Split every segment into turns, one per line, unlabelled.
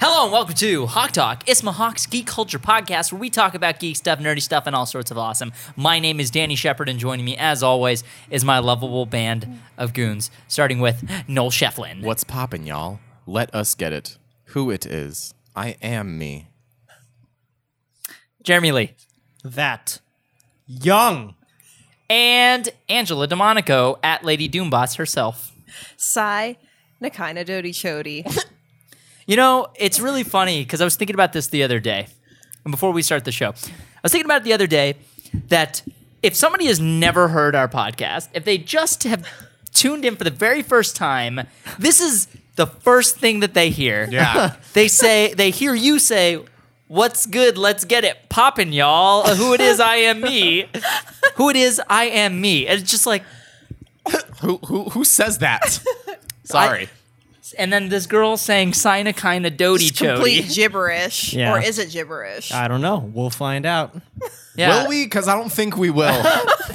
Hello and welcome to Hawk Talk, Isma Hawk's geek culture podcast, where we talk about geek stuff, nerdy stuff, and all sorts of awesome. My name is Danny Shepard, and joining me, as always, is my lovable band of goons, starting with Noel Shefflin.
What's poppin', y'all? Let us get it. Who it is. I am me.
Jeremy Lee,
that young
and Angela DeMonico at Lady Doombots herself.
Sigh, Nakina Dodi Chody.
You know, it's really funny because I was thinking about this the other day, and before we start the show, I was thinking about it the other day that if somebody has never heard our podcast, if they just have tuned in for the very first time, this is the first thing that they hear.
yeah
They say they hear you say, "What's good? Let's get it poppin', y'all." Who it is? I am me. Who it is? I am me. And it's just like,
Who who who says that? Sorry.
and then this girl saying "Sina kinda dodie
It's complete
chody."
gibberish.
Yeah. Uh,
Or is it gibberish?
i don't know we'll find out
Yeah.
Will we? Because I don't think we will.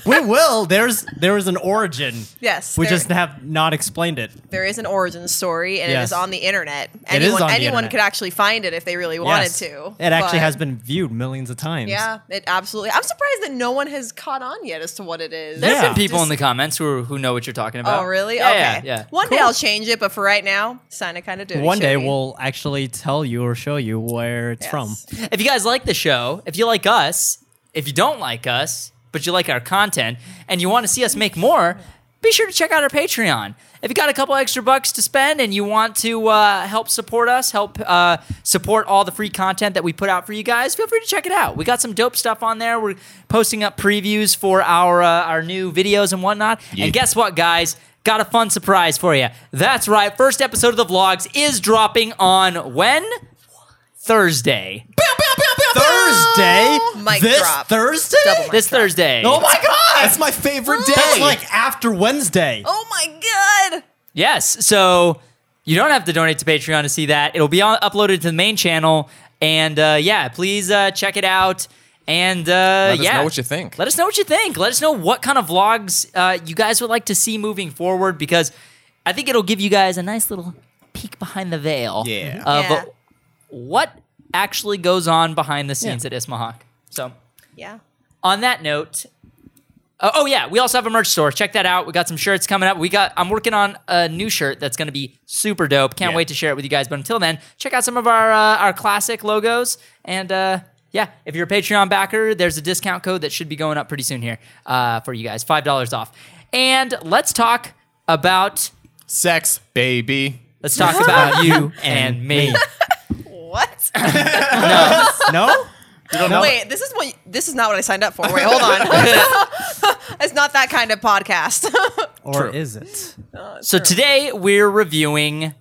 we will there's there is an origin
yes.
we
there,
just have not explained it
there is an origin story and it
Yes.
is on the internet.
It is
Anyone
on the
anyone
internet.
could actually find it if they really wanted
Yes.
to.
it actually
but-
has been viewed millions of times
Yeah, it absolutely. I'm surprised that no one has caught on yet as to what it is.
There's
Yeah.
been people
Just-
in the comments who who know what you're talking about.
Oh, really?
Yeah,
okay.
Yeah. yeah.
One day I'll change it, but for right now, sign a kind of duty.
one day we'll actually tell you or show you where it's from
If you guys like the show, if you like us, if you don't like us, but you like our content and you want to see us make more, be sure to check out our Patreon. If you got a couple extra bucks to spend and you want to uh, help support us, help uh, support all the free content that we put out for you guys, feel free to check it out. We got some dope stuff on there. We're posting up previews for our uh, our new videos and whatnot.
Yeah.
And guess what, guys? Got a fun surprise for you. That's right. First episode of the vlogs is dropping on when? Thursday.
thursday
Mic
this
drop.
thursday
Double mic.
This Thursday.
oh my god
That's my favorite day.
that's like after wednesday
Oh my god!
Yes. So you don't have to donate to Patreon to see that. It'll be on, uploaded to the main channel. And uh, yeah, please uh, check it out. And uh,
Let us
yeah,
know what you think.
Let us know what you think. Let us know what kind of vlogs uh, you guys would like to see moving forward because I think it'll give you guys a nice little peek behind the veil
Yeah.
of
Yeah.
what actually goes on behind the scenes at Ismahawk. So
Yeah.
on that note uh, oh yeah we also have a merch store check that out we got some shirts coming up we got i'm working on a new shirt that's going to be super dope can't
Yeah.
wait to share it with you guys but until then check out some of our uh, our classic logos and uh yeah, if you're a Patreon backer, there's a discount code that should be going up pretty soon here uh, for you guys, five dollars off. And let's talk about
Sex, baby.
let's talk about you and me.
What?
no
Wait, this is what this is not what I signed up for. Wait, hold on. it's not that kind of podcast.
or is it
So today we're reviewing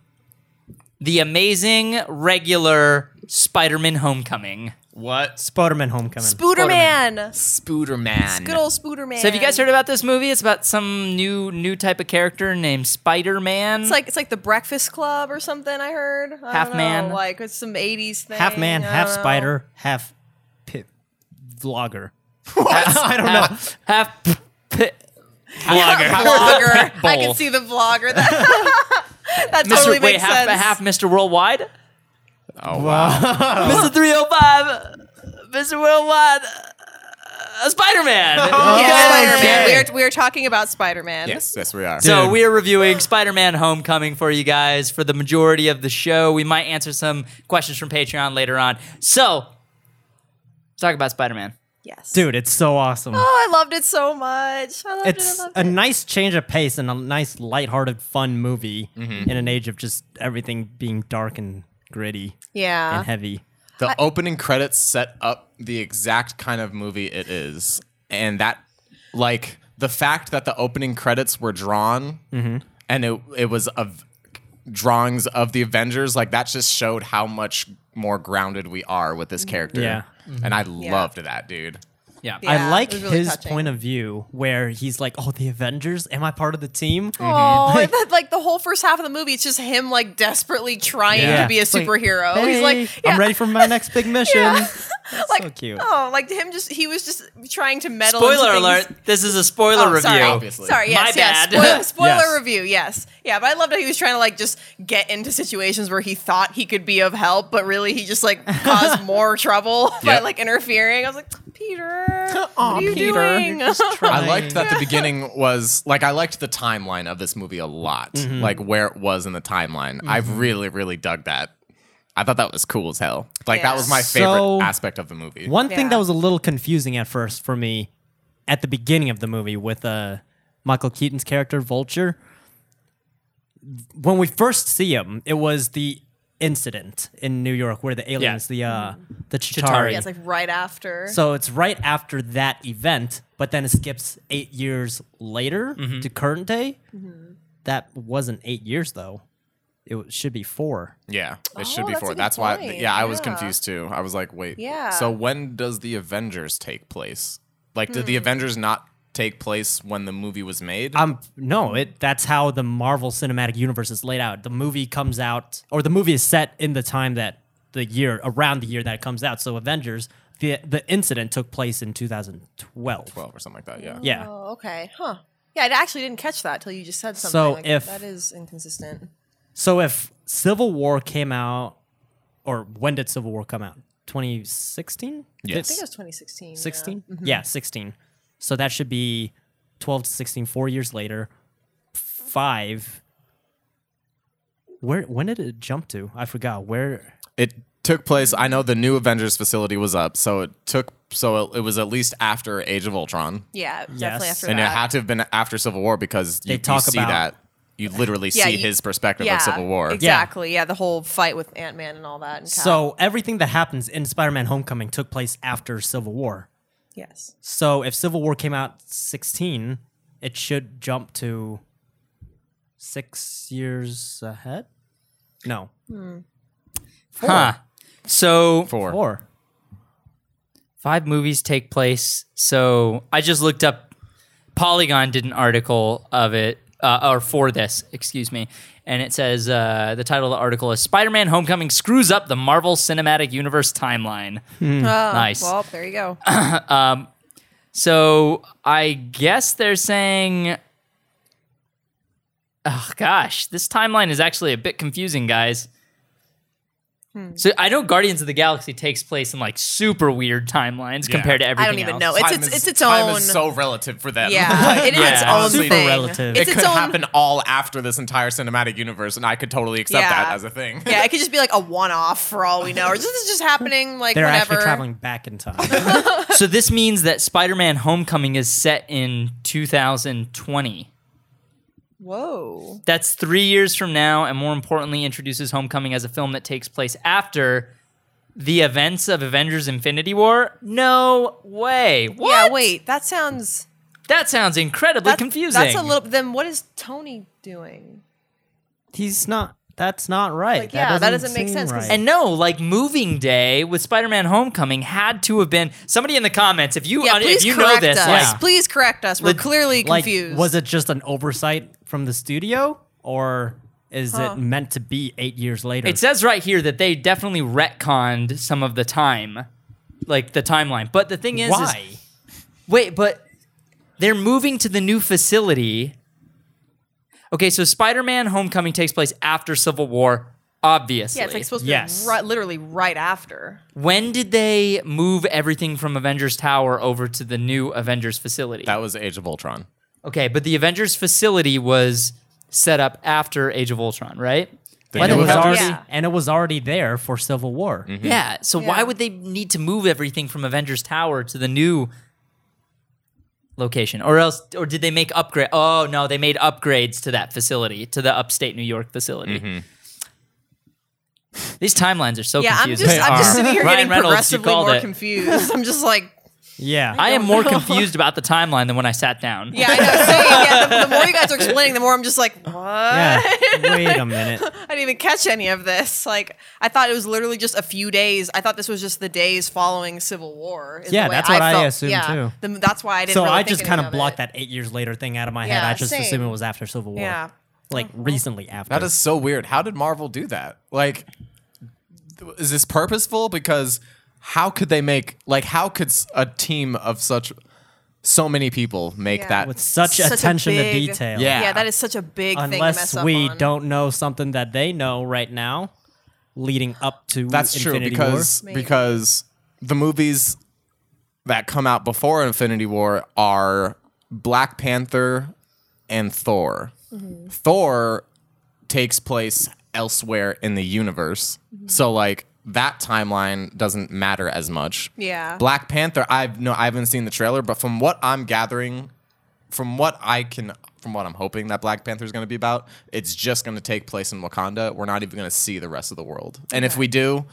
the amazing regular Spider-Man: Homecoming.
What?
spider-man homecoming
Spooderman.
Spooderman.
Good old Spooderman.
So have you guys heard about this movie? It's about some new new type of character named Spider Man.
It's like it's like the Breakfast Club or something. I heard I
Half
don't
man.
know, like it's some '80s thing.
half man
I
half
don't know.
spider half pit vlogger
I don't know. Half p- p-
Blogger.
Vlogger. I
Bowl.
can see the vlogger. That, that
Mr.
totally
wait,
makes
half
sense.
half Mr. Worldwide,
Oh, wow.
Mr. Three Hundred Five, Mr. Worldwide, uh, Spider Man.
Yeah,
Okay.
Oh, Spider-Man. We are we are talking about Spider-Man.
Yes, yes, we are.
So
Dude.
we are reviewing Spider-Man: Homecoming for you guys for the majority of the show. We might answer some questions from Patreon later on. So, talk about Spider-Man.
Yes.
dude it's so awesome
Oh, I loved it so much. I loved it.
it's
I loved
a
it.
nice change of pace and a nice lighthearted fun movie in an age of just everything being dark and gritty
yeah.
and heavy
The opening credits set up the exact kind of movie it is. And that, like, the fact that the opening credits were drawn
Mm-hmm.
and it, it was of drawings of the Avengers, like, that just showed how much more grounded we are with this character.
Yeah.
And I loved that, dude.
Yeah.
Yeah.
I like
it was really
his
touching.
point of view where he's like, "Oh, the Avengers? Am I part of the team?"
Oh, and then, like the whole first half of the movie, it's just him like desperately trying
Yeah.
to be a
It's like,
superhero. He's
"Hey,
like, yeah,
"I'm ready for my next big mission."
Yeah.
That's
like
so cute.
Oh, like him just he was just trying to meddle.
Spoiler
into
alert!
things.
This is a spoiler
Oh,
review.
sorry.
Obviously.
Sorry, yes,
My
yes.
bad.
Spoil- Spoiler,
Yes.
review, yes. Yeah, but I loved how he was trying to like just get into situations where he thought he could be of help, but really he just like caused more trouble by
Yep.
like interfering. I was like, Peter, what
Aw,
are you
Peter.
doing?
You're just trying-
I liked that the beginning was like I liked the timeline of this movie a lot,
Mm-hmm.
like where it was in the timeline. I've really, really dug that. I thought that was cool as hell. Like that
Yeah.
was my favorite
So-
aspect of the movie.
One
Yeah.
thing that was a little confusing at first for me at the beginning of the movie with uh, Michael Keaton's character, Vulture. When we first see him, it was the incident in New York where the aliens, the uh, the Chitari.
Chitauri.
yeah, it's like right after.
So it's right after that event, but then it skips eight years later to current day. That wasn't eight years though; it w- should be four.
Yeah, it
Oh,
should be
that's a
four.
good
That's why.
point.
Yeah, I was
Yeah.
confused too. I was like, wait.
Yeah.
So when does the Avengers take place? Like, did
Hmm.
the Avengers not take place when the movie was made?
Um, no, it that's how the Marvel Cinematic Universe is laid out. The movie comes out, or the movie is set in the time that the year around the year that it comes out. So Avengers, the the incident took place in 2012.
Twelve or something like that. Yeah.
Yeah,
Oh, okay. Huh. Yeah, I actually didn't catch that till you just said something.
So
Like,
if-
that is inconsistent.
So if Civil War came out, or when did Civil War come out? 2016?
I think it was 2016. yeah.
16? Yeah. 16. So that should be 12 to 16, four years later. Five. Where? When did it jump to? I forgot. Where?
It took place. I know the new Avengers facility was up, so it took. So it, it was at least after Age of Ultron,
Yeah, definitely
Yes.
after
and
that.
it had to have been after Civil War because you,
They
you
talk
see
about-
that. You literally
Yeah,
see
you-
his perspective of Civil War.
Exactly. Yeah. the whole fight with Ant Man and all that. And Cap.
So everything that happens in Spider-Man: Homecoming took place after Civil War.
yes,
So if Civil War came out 16, it should jump to six years ahead. No,
Huh. So
Four.
four.
five movies take place. So I just looked up. Polygon did an article of it, uh, or for this, excuse me, and it says uh, the title of the article is "Spider-Man: Homecoming screws up the Marvel Cinematic Universe timeline."
hmm,
nice.
Oh, Well, there you go.
So I guess they're saying, oh gosh, this timeline is actually a bit confusing, guys.
Hmm.
So I know Guardians of the Galaxy takes place in like super weird timelines compared to
I
everything.
don't even
else.
know. It's it's,
Time
it's
is-
its
time
own.
is so relative for them.
yeah, it is its
yeah.
own
Super
thing.
relative.
it
It's
could
its own.
happen all after this entire cinematic universe, and I could totally accept
Yeah.
that as a thing.
Yeah, it could just be like a one-off for all we know, or this is just happening like
They're
whenever.
actually traveling back in time.
so this means that Spider-Man: Homecoming is set in 2020.
Whoa.
That's three years from now, and more importantly, introduces Homecoming as a film that takes place after the events of Avengers: Infinity War. No way! What?
Yeah. Wait, that sounds
That sounds incredibly
that's,
confusing.
That's a little. Then what is Tony doing?
He's not. That's not right.
Like, yeah, that doesn't make
seem
sense 'cause-
And no, like moving day with Spider-Man: Homecoming had to have been somebody in the comments. If you
Yeah,
if
please
you know
correct
this,
us.
like,
Yeah.
Please correct us. We're
Like-
clearly
like,
confused.
was it just an oversight from the studio, or is it meant to be eight years later?
it says right here that they definitely retconned some of the time, like the timeline. But the thing is, is-
why.
wait, but they're moving to the new facility. Okay, so Spider-Man: Homecoming takes place after Civil War. Obviously,
Yeah, it's like supposed
Yes.
to be right, literally right after.
when did they move everything from Avengers Tower over to the new Avengers facility?
That was Age of Ultron.
Okay, but the Avengers facility was set up after Age of Ultron, right? Why
and it
the
was
hell-
already
Yeah.
and it was already there for Civil War.
yeah. So why
Yeah.
would they need to move everything from Avengers Tower to the new location, or else, or did they make upgrade? Oh no, they made upgrades to that facility, to the upstate New York facility. These timelines are so
Yeah, I'm
confusing.
just I'm just
They
sitting here
are. Ryan
getting
Reynolds, you
progressively
called
more
it.
confused. I'm just like,
Yeah.
I am more confused about the timeline than when I sat down.
Yeah, I know. Same. Yeah, the, the more you guys are explaining, the more I'm just like, what?
yeah. Wait a minute.
I didn't even catch any of this. Like, I thought it was literally just a few days. I thought this was just the days following Civil War. is the
Yeah,
way
that's what I
felt.
assumed,
yeah.
too.
The- that's why I didn't.
So
really
I
think
just
anything
kind
of
of blocked
it.
that eight years later thing out of my head.
Yeah,
I just
same.
assumed it was after Civil War.
Yeah. Mm-hmm.
Like recently after.
That is so weird. How did Marvel do that? Like, th- is this purposeful? Because how could they make like how could s- a team of such so many people make
Yeah.
that?
with such,
Such a
attention to
big-
detail.
Yeah.
Yeah. that is such a big thing to mess
Unless
up
we
on.
don't know something that they know right now, leading up to
that's true
Infinity
because
War.
Maybe.
because the movies that come out before Infinity War are Black Panther and Thor.
Mm-hmm.
Thor takes place elsewhere in the universe.
Mm-hmm.
So like that timeline doesn't matter as much.
Yeah.
Black Panther, I've no I haven't seen the trailer, but from what I'm gathering, from what I can from what I'm hoping that Black Panther is going to be about, it's just going to take place in Wakanda. We're not even going to see the rest of the world. And if we do,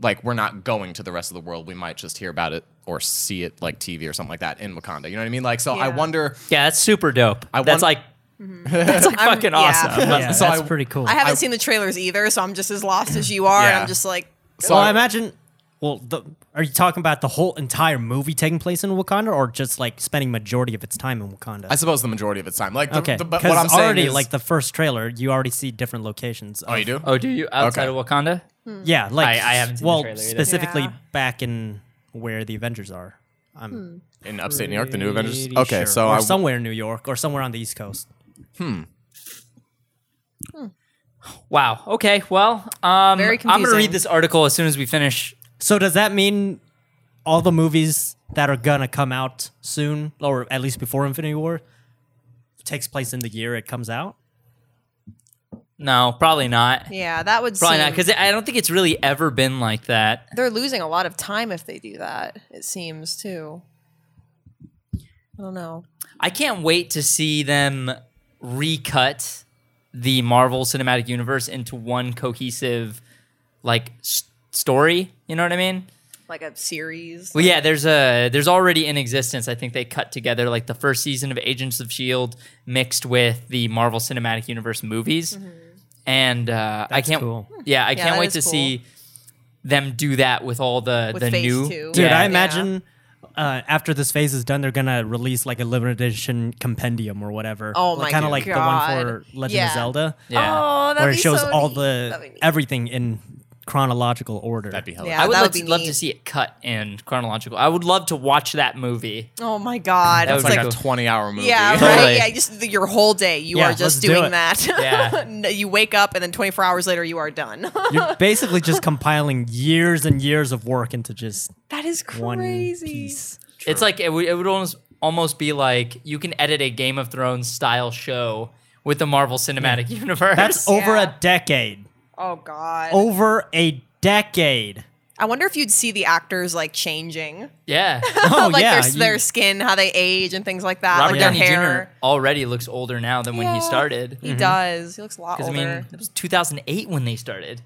like we're not going to the rest of the world. We might just hear about it or see it like TV or something like that in Wakanda. You know what I mean? Like so I
Yeah.
wonder
Yeah, that's super dope.
I
that's
want-
like that's like
I'm-
fucking
yeah.
awesome.
Yeah,
So
that's
I-
pretty cool.
I haven't
I-
seen the trailers either, so I'm just as lost as you are. And
Yeah.
I'm just like,
so
so I imagine. Well, the, are you talking about the whole entire movie taking place in Wakanda, or just like spending majority of its time in Wakanda?
I suppose the majority of its time. Like the,
okay,
the, but
because
what I'm saying
already
is,
like the first trailer, you already see different locations.
Oh, you do?
Oh, do you outside
Okay.
of Wakanda?
Yeah, like
I- I haven't seen the
well
trailer either.
specifically
Mm-hmm. Yeah.
back in where the Avengers are. I'm
in upstate New York, the new Avengers.
pretty
Okay,
sure.
so
or
I,
somewhere in New York or somewhere on the East Coast.
Wow. Okay. Well, um, I'm gonna
Very
read
confusing.
this article as soon as we finish.
So does that mean all the movies that are gonna come out soon, or at least before Infinity War, takes place in the year it comes out?
No, probably not.
yeah, that would
Probably
seem,
not because I don't think it's really ever been like that.
they're losing a lot of time if they do that. It seems too. I don't know.
I can't wait to see them recut the Marvel Cinematic Universe into one cohesive like s- story. You know what I mean?
Like a series.
Well, yeah, there's a there's already in existence. I think they cut together like the first season of Agents of Shield E mixed with the Marvel Cinematic Universe movies, and uh, I can't.
cool.
Yeah, I can't
Mm-hmm. that
wait
is
to
cool.
see them do that with all the
With
the
phase
new.
two.
Dude,
yeah.
I imagine uh, after this phase is done, they're gonna release like a limited edition compendium or whatever.
Oh my
kind of like the one
God.
for Legend
Yeah.
of Zelda,
Yeah.
Oh, that'd
where it
be
shows
so
all
neat.
the
That'd be neat.
everything in chronological order.
that'd be hella.
Yeah.
I would
that
love
would
to,
be
love
neat.
to see it cut in chronological. I would love to watch that movie.
Oh my god.
That
It's
would be
like
cool.
a 20 hour movie.
yeah, right.
Totally.
Yeah, just the, your whole day. You
Yeah,
are
let's
just
do
doing
it.
that.
Yeah.
No, you wake up and then 24 hours later you are done.
You're basically just compiling years and years of work into just
that is
one
crazy.
piece.
It's like it would, it would almost almost be like you can edit a Game of Thrones style show with the Marvel Cinematic Universe.
That's over
Yeah.
a decade.
Oh god.
Over a decade.
I wonder if you'd see the actors like changing.
yeah.
Oh
like
yeah,
their,
you-
their skin, how they age and things like that.
Robert
like
Downey
their hair.
Jr. already looks older now than when he
Yeah.
started.
He does. He looks a lot
Because I
older.
mean, it was 2008 when they started.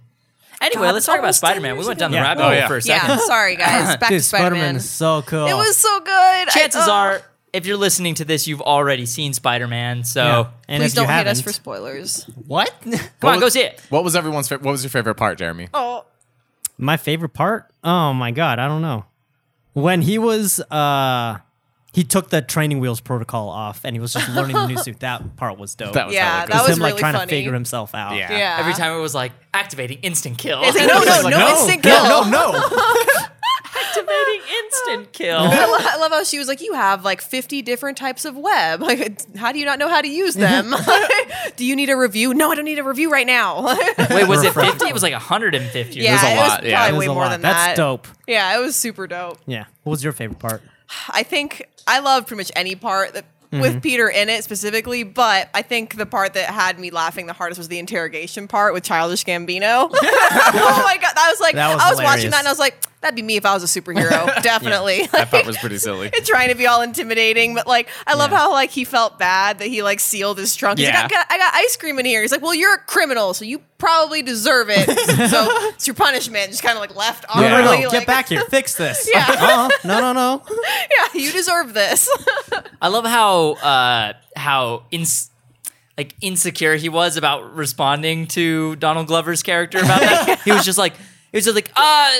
Anyway,
God,
let's
that's
talk about
almost 10
Spider Man. We
years
went down
ago.
the
Yeah.
rabbit
Oh,
hole
yeah.
for a second.
yeah, sorry guys. Back
Dude,
to Spider
Spider-Man
Man.
is so cool.
It was so good. I-
Chances
oh.
are, if you're listening to this, you've already seen Spider Man.
Oh.
So
Yeah. and
please
if you
don't hate us
haven't-
for spoilers.
what?
come on, go see it.
What was everyone's fa- what was your favorite part, Jeremy?
Oh,
my favorite part? Oh my god, I don't know. When he was uh he took the training wheels protocol off and he was just learning the new suit. That part was dope.
That was
Yeah,
hella
that
good.
Just
was
him like
really
trying
funny.
to figure himself out.
yeah.
yeah.
Every time it was like activating instant kill.
It's like, no, no,
It's
no,
like,
instant kill.
no, no, no.
activating instant kill.
I, lo- I love how she was like, "You have like fifty different types of web. Like, it's- how do you not know how to use them? do you need a review? No, I don't need a review right now.
Wait, was it
Refresh.
50? It was like 150. or
yeah,
was a
it
lot,
was
yeah.
probably
It was
way
a
more
lot.
than
That's
that.
dope.
Yeah, it was super dope.
Yeah. What was your favorite part?
I think I love pretty much any part that with Peter in it specifically, but I think the part that had me laughing the hardest was the interrogation part with Childish Gambino. oh my god, that was like
That was
I was watching
hilarious.
that and I was like, That'd be me if I was a superhero, definitely.
That part was pretty silly.
and trying to be all intimidating. But like, I love how like he felt bad that he like sealed his trunk. He's
Yeah.
like, I got, I got ice cream in here. He's like, well, you're a criminal, so you probably deserve it. so it's your punishment. Just kind of like left
no,
No,
awkwardly.
no,
Really,
like,
get back here. Fix this.
Yeah.
Uh-uh. No, no, no.
Yeah, you deserve this.
I love how uh, how ins like insecure he was about responding to Donald Glover's character about that. He was just like he was just like uh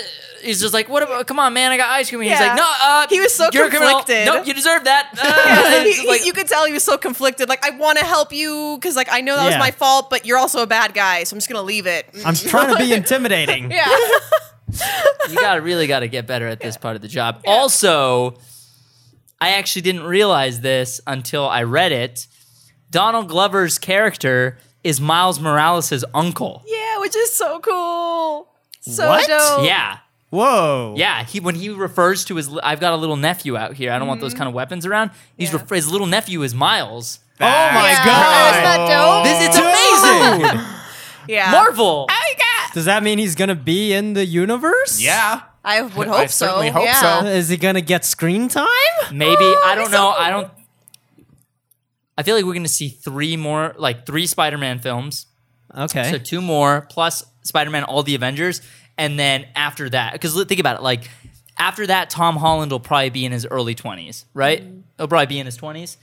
he's just like what about come on man I got ice cream and he's
Yeah.
like no uh
He was so
you're a criminal.
conflicted.
nope you deserve that uh, and
He-
it's just like,
you could tell he was so conflicted. Like, I want to help you because like I know that was
Yeah.
my fault, but you're also a bad guy, so I'm just gonna leave it.
I'm trying to be intimidating.
yeah,
you gotta really gotta get better at this part of the job. Also, I actually didn't realize this until I read it. Donald Glover's character is Miles Morales' uncle.
yeah, which is so cool. So
What?
dope.
Yeah.
Whoa.
Yeah, he when he refers to his, li- I've got a little nephew out here. I don't want those kind of weapons around. He's
Mm-hmm. Yeah.
ref- his little nephew is Miles.
Oh my
Yeah.
god.
Isn't that dope?
This it's
Dude.
amazing.
yeah.
Marvel.
Does that mean he's gonna be in the universe?
Yeah.
I would hope
I
so.
certainly hope
yeah.
so.
Is he gonna get screen time?
Maybe I don't
so
know. I don't. I feel like we're gonna see three more, like three Spider-Man films.
Okay.
So two more plus Spider-Man, all the Avengers, and then after that, because think about it, like after that, Tom Holland will probably be in his early twenties, right?
Mm-hmm.
He'll probably be in his 20s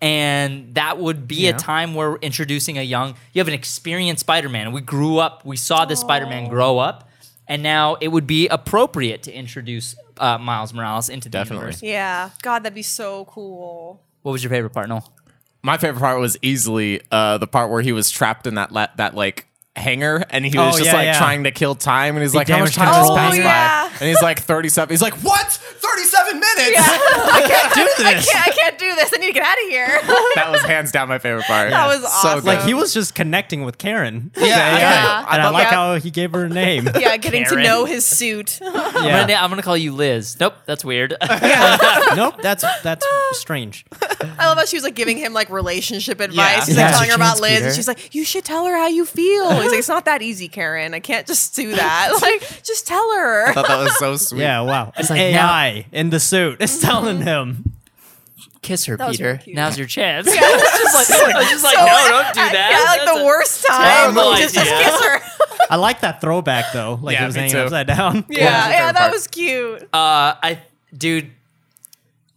and that would be a
Mm-hmm. Yeah.
time where we're introducing a young, you have an experienced Spider-Man. We grew up, we saw this Spider-Man grow up, and now it would be appropriate to introduce uh, Miles Morales into the
Definitely.
universe.
Yeah. God, that'd be so cool.
What was your favorite part, Noel?
My favorite part was easily uh, the part where he was trapped in that la- that like hangar and he was
Oh,
just
yeah,
like
yeah.
trying to kill time and he's like how much
damage
time has
control.
passed
Oh, yeah.
by and he's like 37 he's like what 37 minutes
I can't do
this.
I can't, I can't do this. I need to get out of here.
that was hands down my favorite part
That was awesome.
like he was just connecting with Karen. Yeah.
yeah,
Yeah.
I
And I,
thought
like
that-
how he gave her a name.
yeah, getting
Karen.
to know his suit.
I'm
Yeah.
gonna, I'm gonna call you Liz. Nope, that's weird.
nope. That's that's strange.
I love how she was like giving him like relationship advice. He's
Yeah.
like telling
Your
her about
chance,
Liz,
Peter.
and she's like, "You should tell her how you feel." He's like, "It's not that easy, Karen. I can't just do that. Like, just tell her."
I thought that was so sweet
Yeah. Wow. It's
like,
AI in the suit is telling him.
Kiss her,
was
Peter.
really cute.
Now's your chance. I was just like, I was just like,
So-
no, don't do
I-
that.
Yeah, like
That's
the
a-
worst time.
terrible
Just, just
idea.
kiss her.
I like that throwback though. Like
Yeah,
it was
me
hanging
too.
upside down.
Yeah,
was
yeah,
your favorite
that
part?
was cute.
Uh, I, dude,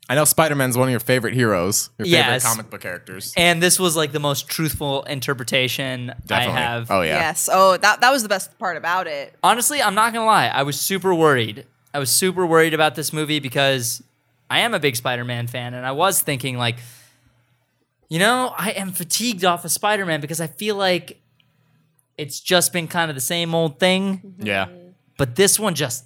I know Spider-Man's one of your favorite heroes your
Yes.
favorite comic book characters
and this was like the most truthful interpretation
definitely
I have.
oh yeah
Yes. Oh, that that was the best part about it.
Honestly, I'm not gonna lie. I was super worried. I was super worried about this movie because I am a big Spider-Man fan, and I was thinking like, you know, I am fatigued off of Spider-Man because I feel like it's just been kind of the same old thing.
yeah
but this one just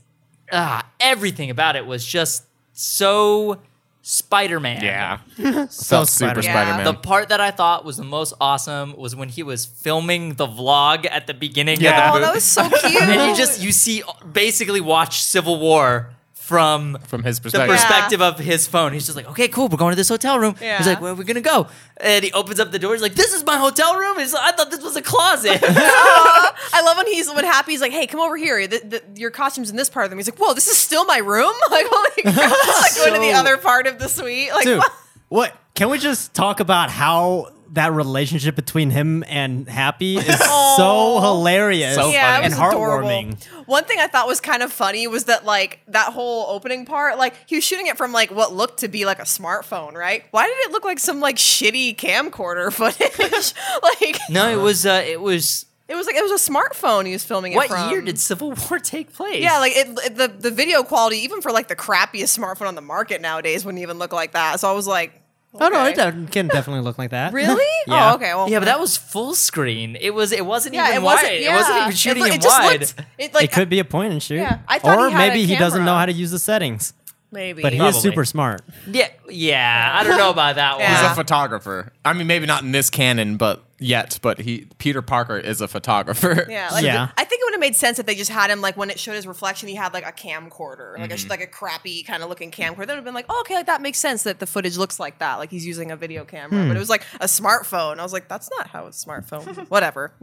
ah, everything about it was just so Spider-Man.
yeah so super
Spider-Man.
Yeah.
Spider-Man
The part that I thought was the most awesome was when he was filming the vlog at the beginning
Yeah.
of the
Oh,
movie.
that was so cute.
and you just you see basically watch Civil War from
from his
the
perspective
perspective of his phone. He's just like, okay, cool, we're going to this hotel room.
Yeah.
He's like, where are we gonna go? And he opens up the door. He's like, this is my hotel room. He's like, I thought this was a closet.
I love when he's when Happy's like, "Hey, come over here. The, the, your costume's in this part of the room." He's like, "Whoa, this is still my room." Like, holy crap. like going to the
So-
other part of the suite. Like,
Dude,
what?
what? Can we just talk about how that relationship between him and Happy is so hilarious?
Oh. So
yeah,
funny.
it was
And
adorable.
heartwarming.
One thing I thought was kind of funny was that like that whole opening part, like he was shooting it from like what looked to be like a smartphone, right? Why did it look like some like shitty camcorder footage? like
no, it was uh, it was.
it was like it was a smartphone he was filming
What
it from.
year did Civil War take place?
Yeah, like it, it- the the video quality, even for like the crappiest smartphone on the market nowadays, wouldn't even look like that. So I was like,
Oh no,
okay.
it de- can definitely look like that.
Really?
Yeah.
Oh, okay. Well,
Yeah, but that was full screen. It was. It wasn't
yeah,
even
it wasn't.
wide.
Yeah.
It wasn't even shooting
it,
in
lo- it just
wide.
Looked, it like
it could be a point and shoot.
Yeah, I thought he
or
had a
maybe he doesn't know
camera.
how to use the settings.
maybe.
But he
Probably.
is super smart.
yeah, yeah. I don't know about that one.
Yeah.
He's a photographer. I mean, maybe not in this canon, but yet, but he Peter Parker is a photographer.
yeah, like,
Yeah.
I think it would have made sense if they just had him like when it showed his reflection, he had like a camcorder, like a, like a crappy kind of looking camcorder. That would have been like, oh, okay, like that makes sense that the footage looks like that, like he's using a video camera. But it was like a smartphone. I was like, that's not how a smartphone. Whatever.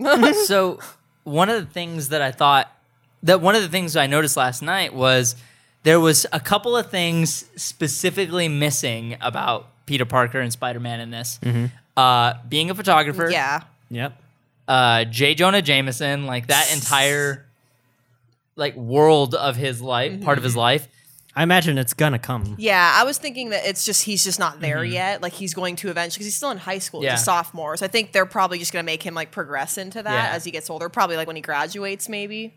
So one of the things that I thought that one of the things I noticed last night was there was a couple of things specifically missing about Peter Parker and Spider Man in this. Uh, being a photographer,
yeah.
Yep.
uh, J. Jonah Jameson, like that entire like world of his
Mm-hmm.
life, part of his life.
I imagine it's gonna come.
Yeah, I was thinking that it's just he's just not there yet. Like he's going to eventually because he's still in high school, he's
Yeah.
a sophomore. So I think they're probably just going to make him like progress into that
Yeah.
as he gets older. Probably like when he graduates, maybe.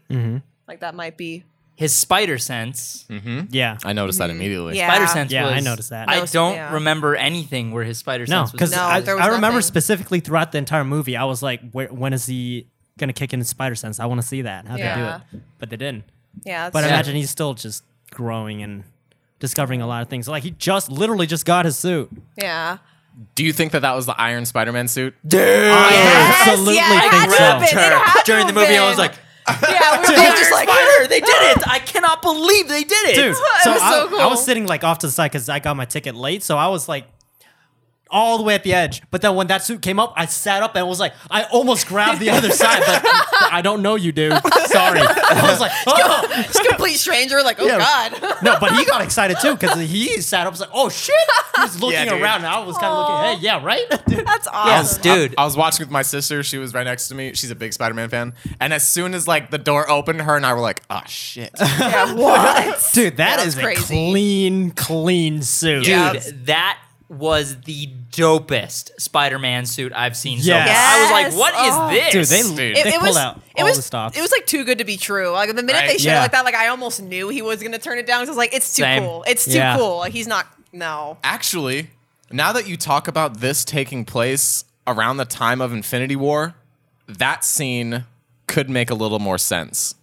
Like that might be.
His spider sense,
Mm-hmm.
Yeah.
I noticed that immediately.
Mm, Yeah.
spider sense.
Yeah, I
was-
noticed that.
I
No,
don't
yeah.
remember anything where his spider
No,
sense was.
because
No,
I,
there was
I remember
nothing.
specifically throughout the entire movie, I was like, Where, when is he gonna kick in his spider sense? I want to see that. How would
Yeah.
they do it? But they didn't.
Yeah, that's
But I
Yeah.
imagine he's still just growing and discovering a lot of things. Like he just literally just got his suit.
yeah.
Do you think that that was the Iron Spider-Man suit?
I
Yes,
absolutely
yeah, it had
think
to have
so.
been. It had to
During the
have
movie, I
been.
was like,
yeah, we were both just like,
spider, they did it! I cannot believe they did it,
Dude,
It
so,
was
I,
so
I
cool.
was sitting like off to the side because I got my ticket late, so I was like all the way at the edge. But then when that suit came up, I sat up and was like, I almost grabbed the other side, but I don't know you, dude. Sorry. I was like, oh.
just complete stranger. Like, oh
Yeah.
god.
No, but he got excited too because he sat up and was like, oh shit. He was looking
dude.
around and I was kind of
Aw.
looking, hey, yeah, right? Dude.
Yes,
That's awesome.
dude.
I was watching with my sister. She was right next to me. She's a big Spider-Man fan. And as soon as like the door opened, her and I were like, "Oh shit!"
Yeah, what?
Uh, Dude, that
That's
is a
crazy.
clean, clean suit.
Yeah.
Dude, that was the dopest Spider-Man suit I've seen.
Yes.
So far. I was
Yes.
like, "What is
Dude,
this?"
they,
Dude.
they pulled out all
was,
the stops.
It was like too good to be true. Like the minute
Right.
they showed
Yeah.
it like that, like I almost knew he was gonna turn it down. 'cause I was like, it's too
Same.
cool. It's too
Yeah.
cool. Like he's not. No.
Actually, now that you talk about this taking place around the time of Infinity War, that scene could make a little more sense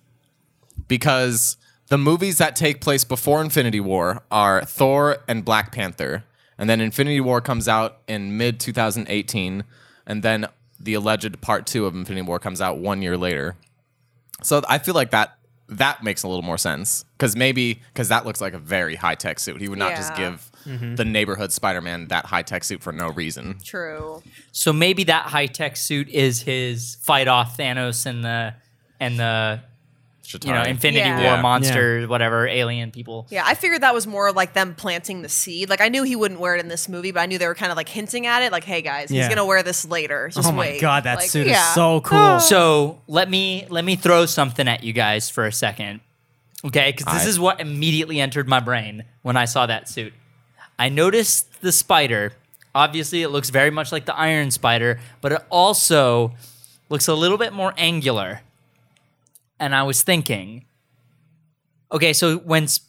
because the movies that take place before Infinity War are Thor and Black Panther, and then Infinity War comes out in mid 2018, and then the alleged part two of Infinity War comes out one year later. So I feel like that that makes a little more sense because maybe because that looks like a very high tech suit. He would not just
Yeah.
give
Mm-hmm.
the neighborhood Spider Man that high tech suit for no reason.
True.
so maybe that high-tech suit is his fight off Thanos and the and the you know
Chitauri.
Infinity
Yeah.
War
Yeah.
monster, whatever alien people.
Yeah, I figured that was more like them planting the seed. Like I knew he wouldn't wear it in this movie, but I knew they were kind of like hinting at it. Like, hey guys,
Yeah.
he's gonna wear this later. Just
Oh my
wait.
god, that
Like,
suit
yeah. Oh.
is so cool.
So let me let me throw something at you guys for a second, okay? Because this
Alright.
is what immediately entered my brain when I saw that suit. I noticed the spider. Obviously, it looks very much like the Iron Spider, but it also looks a little bit more angular. And I was thinking, okay, so when S-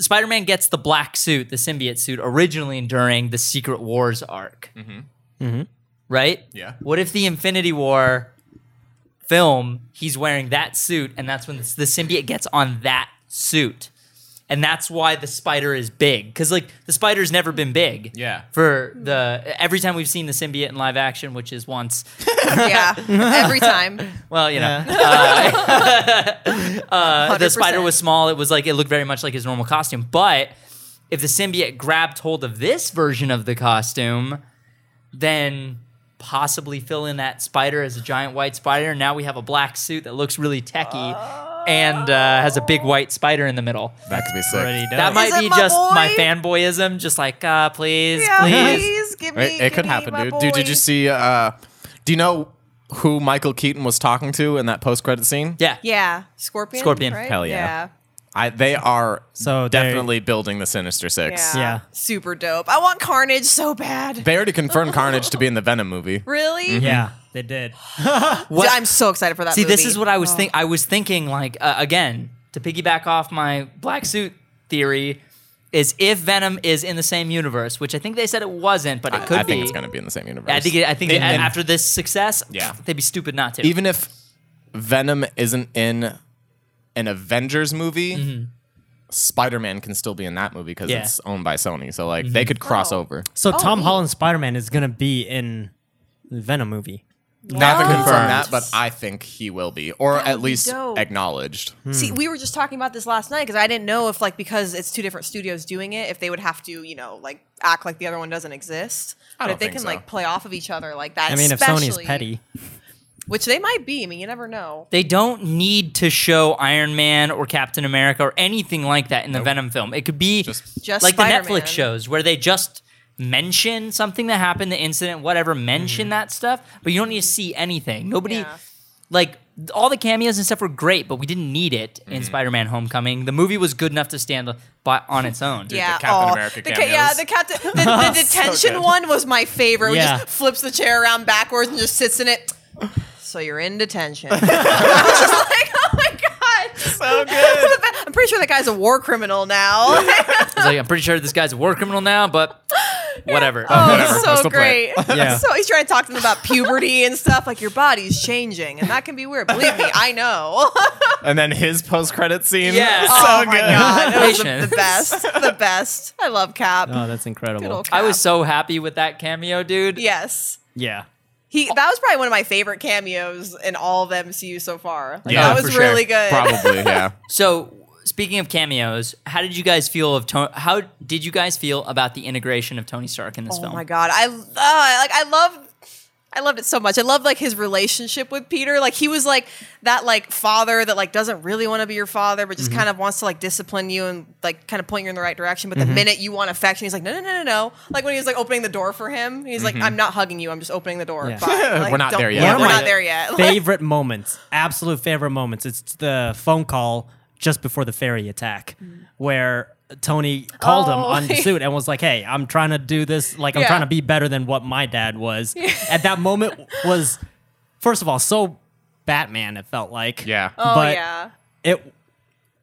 Spider-Man gets the black suit, the symbiote suit, originally during the Secret Wars arc, right?
Mm-hmm. Yeah.
What if the Infinity War film he's wearing that suit, and that's when the symbiote gets on that suit, and that's why the spider is big because like the spider's never been big.
Yeah.
For the every time we've seen the symbiote in live action, which is once,
yeah, every time.
well, you know, the
100%.
Uh, spider was small. It was like it looked very much like his normal costume. But if the symbiote grabbed hold of this version of the costume, then possibly fill in that spider as a giant white spider. Now we have a black suit that looks really techy and uh, has a big white spider in the middle.
That could be sick.
Pretty dope.
That might
it
be
my
just my
boy?
fanboyism. Just like, uh, please,
Yeah,
please.
please give me.
It, it
give
could
me
happen,
my
dude. Dude, did
boy.
you see? Uh, do you know who Michael Keaton was talking to in that post credit scene?
Yeah.
Yeah, scorpion.
Scorpion.
right?
Hell yeah. I, they are
So they-
definitely building the Sinister
Yeah.
Six.
yeah.
Yeah.
Super dope. I want Carnage so bad.
They already confirmed Carnage to be in the Venom movie.
Really?
Mm.
Yeah, they did.
Dude, I'm so excited for that.
See, this
movie.
is what I was think. I was thinking, like uh, again, to piggyback off my black suit theory, is if Venom is in the same universe, which I think they said it wasn't, but it could
I
be.
think it's going to be in the same universe.
I think. It, I think
And-
a-
and-
after this success,
Yeah.
they'd be stupid not to.
even if Venom isn't in an Avengers movie, Spider Man can still be in that movie because
Yeah.
it's owned by Sony. So like they could cross
Oh.
over.
So Tom
neat.
Holland's Spider Man is gonna be in the Venom movie.
Wow. Not
Wow.
confirmed that, but I think he will be, or at
be
least
dope.
acknowledged.
See, we were just talking about this last night because I didn't know if, like, because it's two different studios doing it, if they would have to, you know, like act like the other one doesn't exist.
I
but
don't
if they
think
can
so.
like play off of each other like that,
I mean, if Sony's
especially-
petty,
which they might be. I mean, you never know.
They don't need to show Iron Man or Captain America or anything like that in the Venom film. It could be
Just-
Just
like the
Spider-Man.
Netflix shows where they just mention something that happened, the incident, whatever, mention that stuff, but you don't need to see anything. Nobody
Mm-hmm. Yeah.
like all the cameos and stuff were great, but we didn't need it in Spider-Man: Homecoming. The movie was good enough to stand by, on its own.
the Captain America
the ca- yeah,
cameos.
the Captain. The, the detention
good.
one was my favorite.
Yeah.
He just flips the chair around backwards and just sits in it. So you're in detention. I was just like, oh my god, so good. I'm pretty sure that guy's a war criminal now. oh,
I was like, I'm pretty sure this guy's a war criminal now, but whatever.
Oh,
Whatever,
it's
I
so
still play
great.
it.
Yeah.
So he's trying to talk to them about puberty and stuff. Like your body's changing, and that can be weird. Believe me, I know.
And then his post credit scene.
Yeah.
So
oh my
good.
god, it was the,
Patience.
the best, the best. I love Cap.
Oh, that's incredible.
old Cap.
I was so happy with that cameo, dude.
yes.
Yeah.
He that was probably one of my favorite cameos in all of MCU so far. Like,
Yeah,
that
for
was
sure.
really good.
Probably, yeah.
So, speaking of cameos, how did you guys feel of Tony? How did you guys feel about the integration of Tony Stark in this
Oh
film?
my god, I uh, like I love. I loved it so much. I love like his relationship with Peter. Like he was like that like father that like doesn't really want to be your father, but
Mm-hmm.
just kind of wants to like discipline you and like kind of point you in the right direction.
Mm-hmm.
But the minute you want affection, he's like, no, no, no, no, no. Like when he was like opening the door for him, he's like, I'm not hugging you. I'm just opening the door.
Yeah.
Bye. Like,
Mm-hmm. We're not
don't-
there yet.
yeah,
One of
we're
my
not there yet. Like,
favorite moments, absolute favorite moments. It's the phone call just before the fairy attack where Tony called him
Oh.
on the suit and was like, "Hey, I'm trying to do this. Like, I'm
Yeah.
trying to be better than what my dad was." At that moment was first of all so Batman. It felt like
Yeah.
oh
but
yeah.
it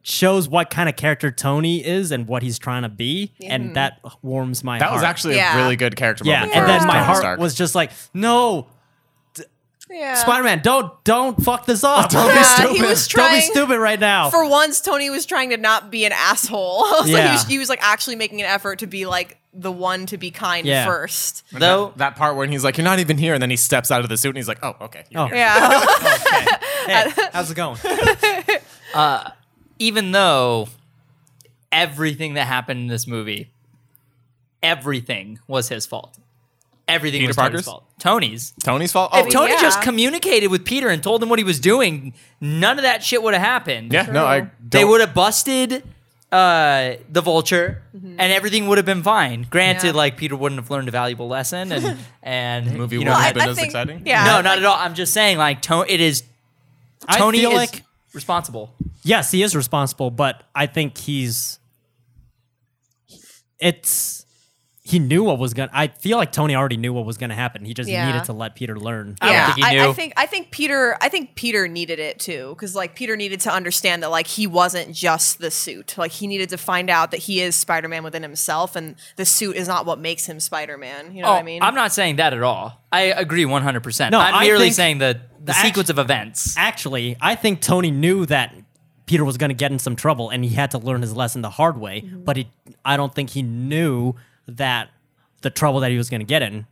shows what kind of character Tony is and what he's trying to be,
Mm-hmm.
and that warms my
That
heart.
was actually
Yeah.
a really good character
yeah,
moment.
and
for
then my
Tony
heart
Stark.
was just like, "No,
Yeah.
Spider-Man, don't don't fuck this up.
Don't be
Yeah, he
stupid.
was
Don't be
trying-
stupid right now.
for once tony was trying to not be an asshole I was like, he,
Yeah.
was, he was, like actually making an effort to be like the one to be kind
Yeah.
first
Though
that, that part when he's like, "You're not even here," and then he steps out of the suit and he's like, "Oh, okay." you're
Oh.
here."
yeah
hey, how's it going?
even though everything that happened in this movie, everything was his fault. Everything
Peter
was Tony's
Parker's?
fault. Tony's.
Tony's fault. Oh,
If
Tony
Yeah.
just communicated with Peter and told him what he was doing. None of that shit would have happened.
yeah. No, I. Don't,
They would have busted uh, the vulture and everything would have been fine. Granted,
Mm-hmm. Yeah.
like Peter wouldn't have learned a valuable lesson and and
The movie
you know,
wouldn't
I-
have been
I
as
think-
exciting.
yeah.
no,
like-
not at all. I'm just saying, like Tony, it is
I
Tony
feel
is
like
responsible.
yes, he is responsible, but I think he's it's he knew what was gonna. I feel like Tony already knew what was gonna happen. He just
Yeah.
needed to let Peter learn.
I don't
yeah,
think he
I, I
knew.
think I think Peter I think Peter needed it too because like Peter needed to understand that like he wasn't just the suit like he needed to find out that he is Spider Man within himself and the suit is not what makes him Spider Man you know what I mean
am Oh, not saying that at all. I agree 100. percent
No,
I'm
I
merely
think
saying the the
act-
sequence of events.
Actually, I think Tony knew that Peter was gonna get in some trouble, and he had to learn his lesson the hard way.
Mm-hmm.
But he, I don't think he knew that the trouble that he was gonna get in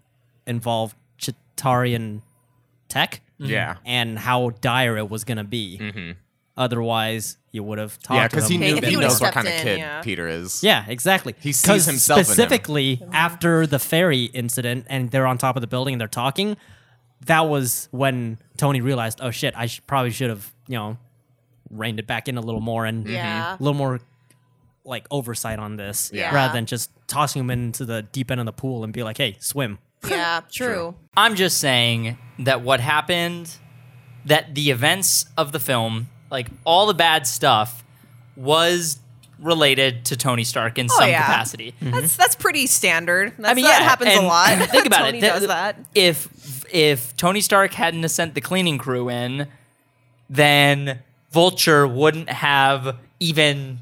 involved Chitari and Tech.
Yeah.
and how dire it was going to be. Otherwise, you would have talked.
Mm-hmm. Yeah,
because
because he knew
If
he
you
knows
would've
what kind of
stepped in,
kid
yeah.
Peter is.
Yeah, exactly. He
sees himself in him.
specifically after the ferry incident, and they're on top of the building and they're talking. That was when Tony realized, oh shit, I should, probably should have you know reined it back in a little more and
Yeah.
a little more like oversight on this,
Yeah.
rather than just tossing him into the deep end of the pool and be like, hey, swim.
Mm-hmm.
yeah true,
I'm just saying that what happened, that the events of the film, like all the bad stuff, was related to Tony Stark in
Oh,
some
yeah.
Mm.
capacity.
that's that's pretty standard That's,
I mean,
that
yeah,
happens
and
a lot
Think about
Tony
it. Th-
does that
If if Tony Stark hadn't have sent the cleaning crew in, then Vulture wouldn't have even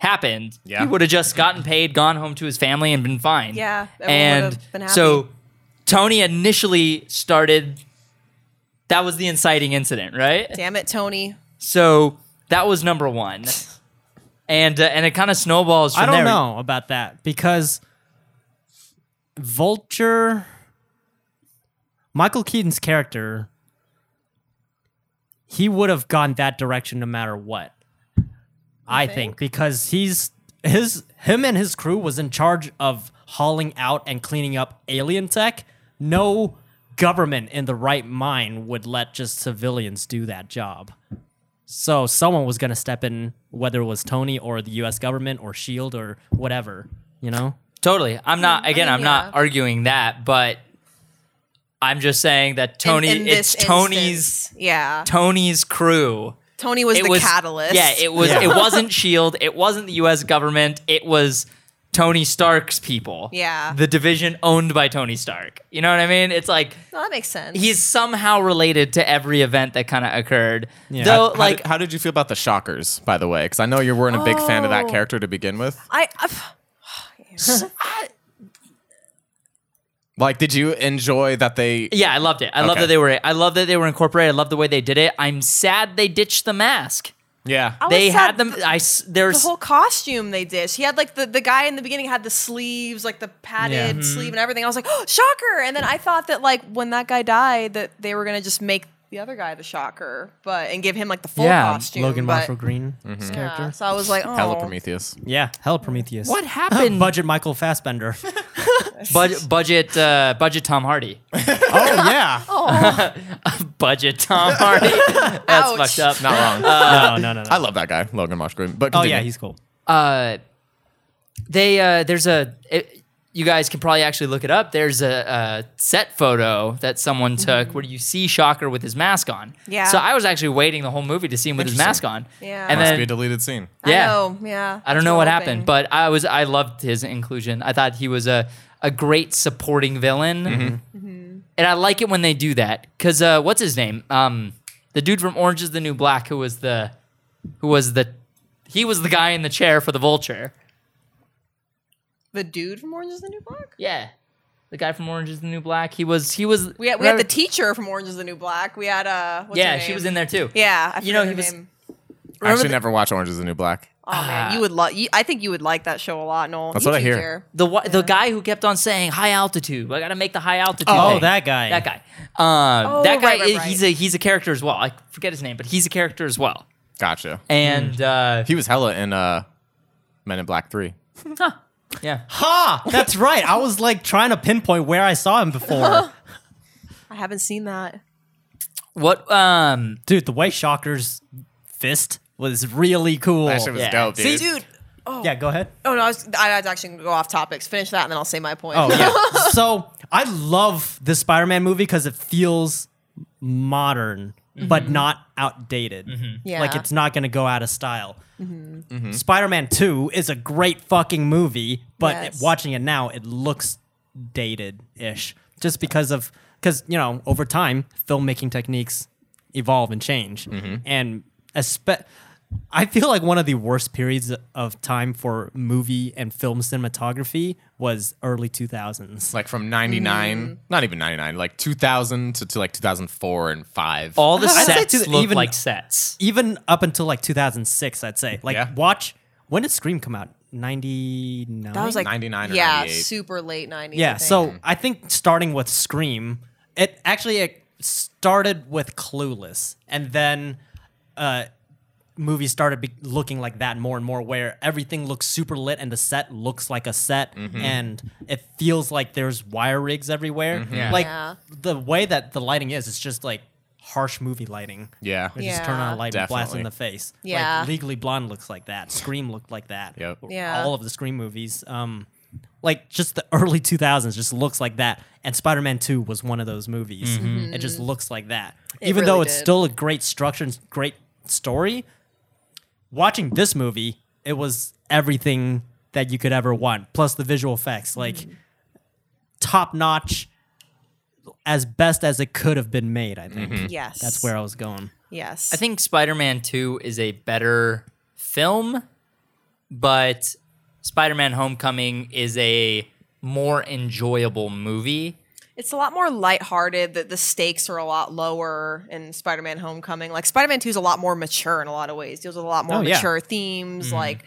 happened.
Yeah.
He would have just gotten paid, gone home to his family, and been fine.
Yeah, everyone
and
would've been happy.
so Tony initially started. That was the inciting incident, right?
damn it Tony
So that was number one, and uh, and it kind of snowballs. From
I don't
there.
know about that because Vulture, Michael Keaton's character, he would have gone that direction no matter what. I think? because he's his him and his crew was in charge of hauling out and cleaning up alien tech. No government in the right mind would let just civilians do that job. So someone was going to step in, whether it was Tony or the U.S. government or Shield E or whatever. You know,
Totally. I'm not again,
mean,
I'm not
Mm, yeah.
arguing that, but I'm just saying that Tony
in
it's
this
Tony's
instance, yeah.
Tony's crew.
Tony was
it
the
was
catalyst.
Yeah, it was
Yeah.
it wasn't Shield, E it wasn't the US government, it was Tony Stark's people.
Yeah.
The division owned by Tony Stark. You know what I mean? It's like
no, that makes sense.
he's somehow related to every event that kind of occurred.
Yeah.
Though
How
like
did, how did you feel about the Shockers, by the way? Because I know you weren't a big fan of that
Oh.
character to begin with.
I. uh, I've-
Like, did you enjoy that they?
Yeah, I loved it. I love
Okay.
that they were. I love that they were incorporated. I love the way they did it. I'm sad they ditched the mask.
Yeah,
I was
They
sad
had them.
th-
I s- there's
the whole costume they did. She had like the, the guy in the beginning had the sleeves, like the padded
Yeah.
Mm-hmm.
sleeve and everything. I was like, oh, shocker! And then I thought that like when that guy died, that they were gonna just make the other guy the shocker, but and give him like the full costume.
Logan
but,
Marshall Green's
Mm-hmm.
character.
Yeah, so I was like, oh,
Hello Prometheus.
Yeah, hell, Prometheus.
what happened.
Budget Michael Fassbender.
Bud- budget. Uh, budget. Tom Hardy.
oh yeah.
Budget. Tom Hardy. That's
Ouch.
fucked up.
Not wrong.
no, no, no, no.
I love that guy, Logan Marsh Green. But
Oh
continue.
yeah, he's cool.
Uh, they uh, there's a. It, you guys can probably actually look it up. There's a, a set photo that someone took where you see Shocker with his mask on.
Yeah.
So I was actually waiting the whole movie to see him with his mask
Interesting.
on.
Yeah.
And
must
then
be a deleted scene.
yeah.
I know, yeah.
I don't know what happened, but I was I loved his inclusion. I thought he was a a great supporting villain, Mm-hmm. and I like it when they do that because uh, what's his name? Um, the dude from Orange is the New Black who was the who was the he was the guy in the chair for the vulture.
the dude from Orange Is the New Black.
Yeah, the guy from Orange is the New Black. He was he was
We had, we had the teacher from Orange Is the New Black. We had uh, what's her
yeah she
name?
was in there too.
Yeah, I
You know,
forget
he
her
was-
name.
I actually never watched Orange Is the New Black.
Oh man,
Ah.
you would love. I think you would like that show a lot, Noel.
That's
You
what I
too,
hear.
Jer.
The wa- the guy who kept on saying high altitude. I gotta make the high altitude.
Oh,
thing.
that guy.
That guy. Um,
Oh,
that guy.
right, right, right.
He's a he's a character as well. I forget his name, but he's a character as well.
Gotcha.
And uh,
He was hella in uh, Men in Black Three.
yeah,
Ha! That's right. I was like trying to pinpoint where I saw him before.
I haven't seen that.
what um
Dude, the way Shocker's fist was really cool.
That shit was
Yeah.
dope, dude.
Dude. Oh.
yeah, go ahead.
Oh no, I was, I was actually gonna go off topics. Finish that, and then I'll say my point.
Oh yeah. so I love the Spider-Man movie because it feels modern but not outdated. Like
Mm-hmm. Yeah.
it's not gonna go out of style. Spider-Man Two is a great fucking movie, but
Yes.
watching it now, it looks dated-ish just because of because you know over time filmmaking techniques evolve and change, and espe- I feel like one of the worst periods of time for movie and film cinematography was early 2000s.
Like from '99, not even '99, like 2000 to, to like 2004 and five.
all the
I'd say
sets
to the-
look
even-
like sets.
Even up until like 2006, I'd say. Like,
Yeah.
watch when did Scream come out? 99?
that was like
99 or
yeah,
98.
super late nineties.
Yeah, so I think starting with Scream, it actually it started with Clueless, and then uh, movies started be- looking like that more and more, where everything looks super lit and the set looks like a set, and it feels like there's wire rigs everywhere.
Yeah.
Like
Yeah.
the way that the lighting is, it's just like harsh movie lighting.
yeah.
You just turn on a light and blast in
Definitely.
the face. Like,
Yeah.
Legally Blonde looks like that. Scream looked like that.
Yep.
Yeah.
All of the Scream movies. Um, like just the early 2000s just looks like that. And Spider Man 2 was one of those movies.
Mm-hmm.
It just looks like that.
Mm-hmm. It
Even though
really
it's
did.
still a great structure and great story, watching this movie, it was everything that you could ever want, plus the visual effects. Like,
Mm-hmm.
top notch. As best as it could have been made, I think.
Mm-hmm.
yes,
That's where I was going.
Yes,
I think Spider-Man Two is a better film, but Spider-Man: Homecoming is a more enjoyable movie.
it's a lot more lighthearted. That the stakes are a lot lower in Spider-Man: Homecoming. Like Spider-Man Two is a lot more mature in a lot of ways. Deals with a lot more
Oh, yeah. Mm-hmm.
mature themes. Like,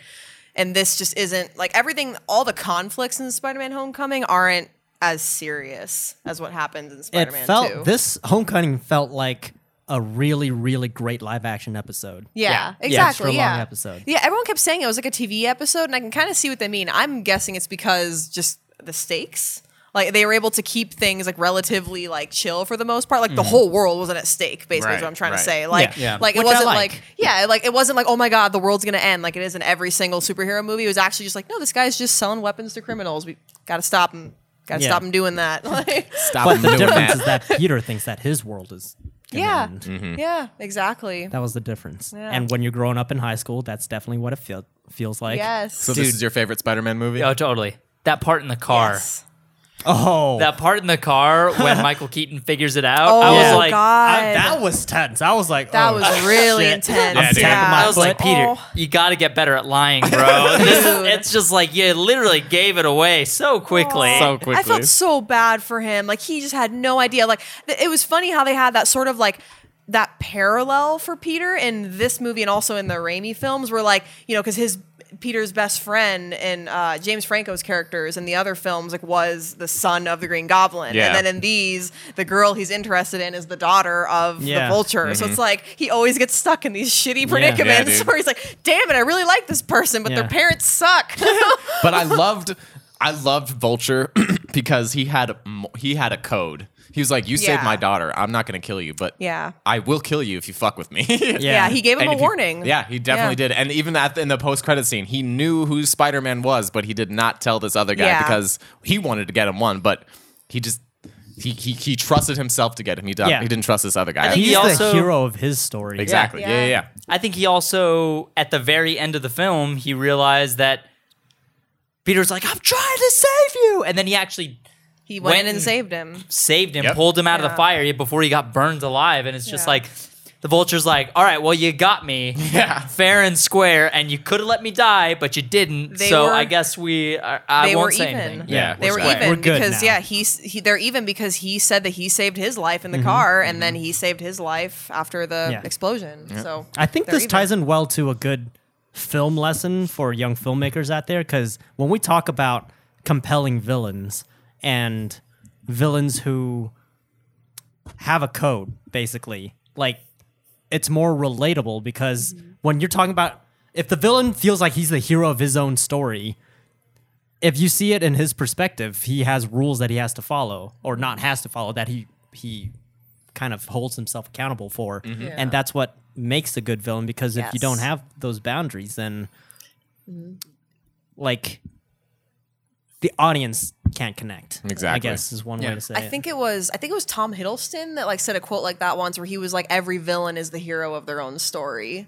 and this just isn't like everything. All the conflicts in Spider-Man: Homecoming aren't as serious as what happens in
it
Spider-Man
felt
Two.
this homecoming felt like a really really great live action episode
Yeah,
Yeah.
Yeah, it's
exactly.
for a
yeah.
long episode.
Yeah, everyone kept saying it was like a TV episode, and I can kind of see what they mean. I'm guessing it's because just the stakes like they were able to keep things like relatively like chill for the most part. Like the whole world wasn't at stake, basically is
Right,
what I'm trying to
right.
say. Like,
Mm-hmm. Yeah. Yeah.
like
Which
it
I
wasn't
like.
like yeah, like it wasn't like oh my god, the world's gonna end like it is in every single superhero movie. It was actually just like no, this guy's just selling weapons to criminals. We gotta stop him. Gotta
Yeah.
stop him doing that. Like,
Stop
But the
doing
difference
that.
is that Peter thinks that his world is. gonna
yeah,
end. Mm-hmm.
yeah, exactly.
That was the difference.
Yeah.
And when you're growing up in high school, that's definitely what it feel, feels like.
yes.
So this is your favorite Spider-Man movie?
Oh, totally. That part in the car.
Yes.
Oh,
That part in the car when Michael Keaton figures it out. I
Oh,
was like,
God.
I- that was tense. I was like,
That
oh,
was really
shit.
intense.
I'm
dude.
tapping my
I was
foot.
like, Peter,
Oh.
you got to get better at lying, bro. This is- it's just like you literally gave it away so quickly.
So
I
quickly.
felt so bad for him. Like he just had no idea. Like th- it was funny how they had that sort of like that parallel for Peter in this movie and also in the Raimi films where like, you know, cuz his Peter's best friend and uh, James Franco's characters in the other films like was the son of the Green Goblin,
Yeah.
and then in these, the girl he's interested in is the daughter of
Yeah.
the Vulture. So it's like he always gets stuck in these shitty predicaments
Mm-hmm. dude.
where he's like, "Damn it, I really like this person, but
Yeah.
their parents suck."
but I loved I loved Vulture because he had mo- he had a code. He was like, "You saved
Yeah.
my daughter. I'm not going to kill you, but
Yeah.
I will kill you if you fuck with me." yeah.
yeah. he gave him
And
a
if you-
warning.
yeah, he definitely did. And even at the, in the post-credit scene, he knew who Spider-Man was, but he did not tell this other guy
Yeah.
because he wanted to get him one, but he just he he, he trusted himself to get him. He, done,
Yeah.
he didn't trust this other guy.
think
He's
He also-
the hero of his story.
exactly. Yeah,
Yeah.
yeah, yeah.
I think he also, at the very end of the film, he realized that Peter's like, I'm trying to save you. And then he actually
He went,
Went
in and
and-
saved him.
saved him,
Yep.
pulled him out of the
Yeah.
fire before he got burned alive. And it's just
Yeah.
like, the vulture's like, all right, well, you got me
Yeah.
fair and square, and you could have let me die, but you didn't.
They
so
were-
I guess we, are, I
they
won't
were
say
even.
anything.
Yeah,
they were
we're good.
even
We're good
because
now.
yeah, he's he, they're even because he said that he saved his life in the car, and then he saved his life after the
Mm-hmm. Yeah.
explosion. So
I think
they're
this
even.
ties in well to a good film lesson for young filmmakers out there because when we talk about compelling villains and villains who have a code, basically, like it's more relatable because
Mm-hmm.
when you're talking about if the villain feels like he's the hero of his own story, if you see it in his perspective, he has rules that he has to follow or not
Mm-hmm.
has to follow that he he kind of holds himself accountable for. And that's what makes a good villain because if you don't
Yes. Mm-hmm.
have those boundaries then like the audience can't connect. I
Exactly.
guess is one way
Yeah.
to say
I
it.
think it was I think it was Tom Hiddleston that like said a quote like that once, where he was like, "Every villain is the hero of their own story."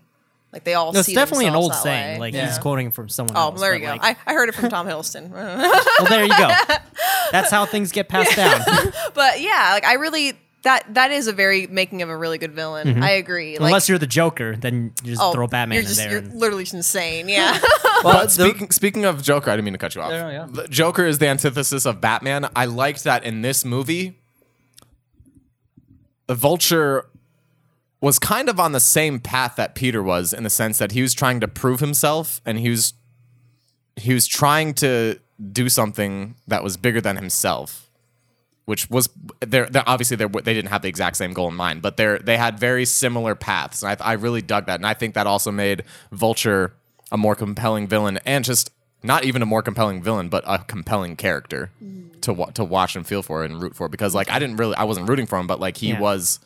Like they all.
No, it's
see
definitely an old
themselves that
saying.
way.
Like
Yeah.
he's quoting from someone
Oh,
else.
well, there
but,
you go.
like,
I, I heard it from Tom Hiddleston.
well, there you go. That's how things get passed down.
but yeah, like I really that that is a very making of a really good villain. I agree. Like,
Mm-hmm. Unless you're the Joker, then you just
oh,
throw Batman
you're just,
in there.
You're
and-
literally just insane. Yeah.
But speaking speaking of Joker, I didn't mean to cut you off.
No, no, yeah.
The Joker is the antithesis of Batman. I liked that in this movie. The Vulture was kind of on the same path that Peter was in the sense that he was trying to prove himself and he was he was trying to do something that was bigger than himself, which was there. there- Obviously, there were- they didn't have the exact same goal in mind, but they they had very similar paths, and I, I really dug that, and I think that also made Vulture a more compelling villain, and just not even a more compelling villain, but a compelling character
Mm.
to wa- to watch and feel for and root for, because like I didn't really I wasn't rooting for him, but like he
Yeah.
was.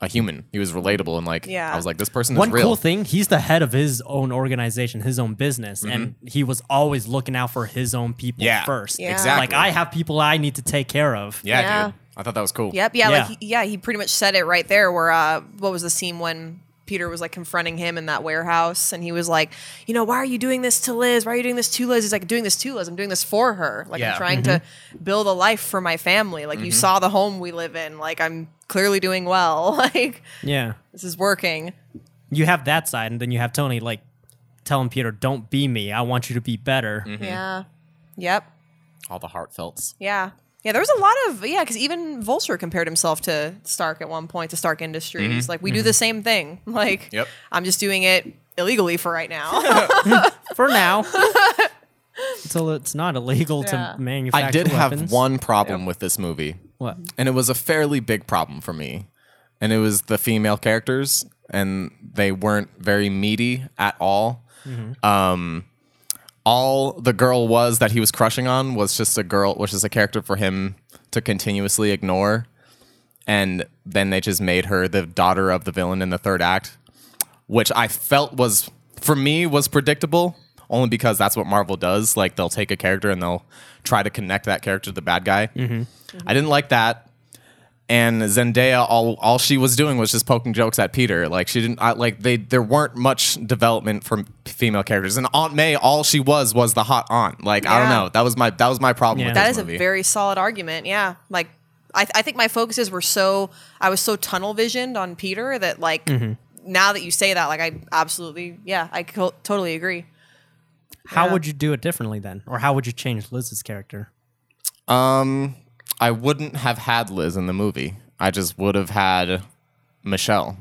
A human. He was relatable, and like,
Yeah.
I was like, this person
One
is real.
cool thing, he's the head of his own organization, his own business, and he was always looking out for his own people
Mm-hmm. Yeah,
first.
Yeah.
exactly.
Like I have people I need to take care of.
yeah,
Yeah.
dude. I thought that was cool.
Yep. Yeah.
Yeah.
Like he, yeah, he pretty much said it right there. Where uh, what was the scene when Peter was like confronting him in that warehouse, and he was like, you know, why are you doing this to Liz? Why are you doing this to Liz? He's like, doing this to Liz. I'm doing this for her. Like
Yeah.
I'm trying to
Mm-hmm.
build a life for my family. Like you saw the home we live in. Like I'm clearly doing well. Like
Yeah.
this is working.
You have that side, and then you have Tony like telling Peter, "Don't be me. I want you to be better."
Mm-hmm.
Yeah. Yep.
All the heartfelts.
Yeah. Yeah, there was a lot of yeah, because even Vulture compared himself to Stark at one point to Stark Industries. Like we do the same thing. Like
Yep.
I'm just doing it illegally for right now.
For now, until it's not illegal
Yeah.
to manufacture.
I did
weapons.
have one problem with this movie,
What?
and it was a fairly big problem for me. And it was the female characters, and they weren't very meaty at all. Um, all the girl was that he was crushing on was just a girl, which is a character for him to continuously ignore. And then they just made her the daughter of the villain in the third act, which I felt was, for me, was predictable. Only because that's what Marvel does. Like they'll take a character and they'll try to connect that character to the bad guy. I didn't like that and Zendaya all all she was doing was just poking jokes at Peter. Like she didn't I, like they there weren't much development from female characters. And Aunt May, all she was was the hot aunt. Like I don't
Yeah.
know. That was my that was my problem.
Yeah.
With
That
this
is
movie.
a very solid argument. Yeah, like I, th- I think my focuses were so I was so tunnel visioned on Peter that like now that you say that, like I absolutely yeah I co- totally agree.
How
Yeah.
would you do it differently then, or how would you change Liz's character?
um I wouldn't have had Liz in the movie. I just would have had Michelle.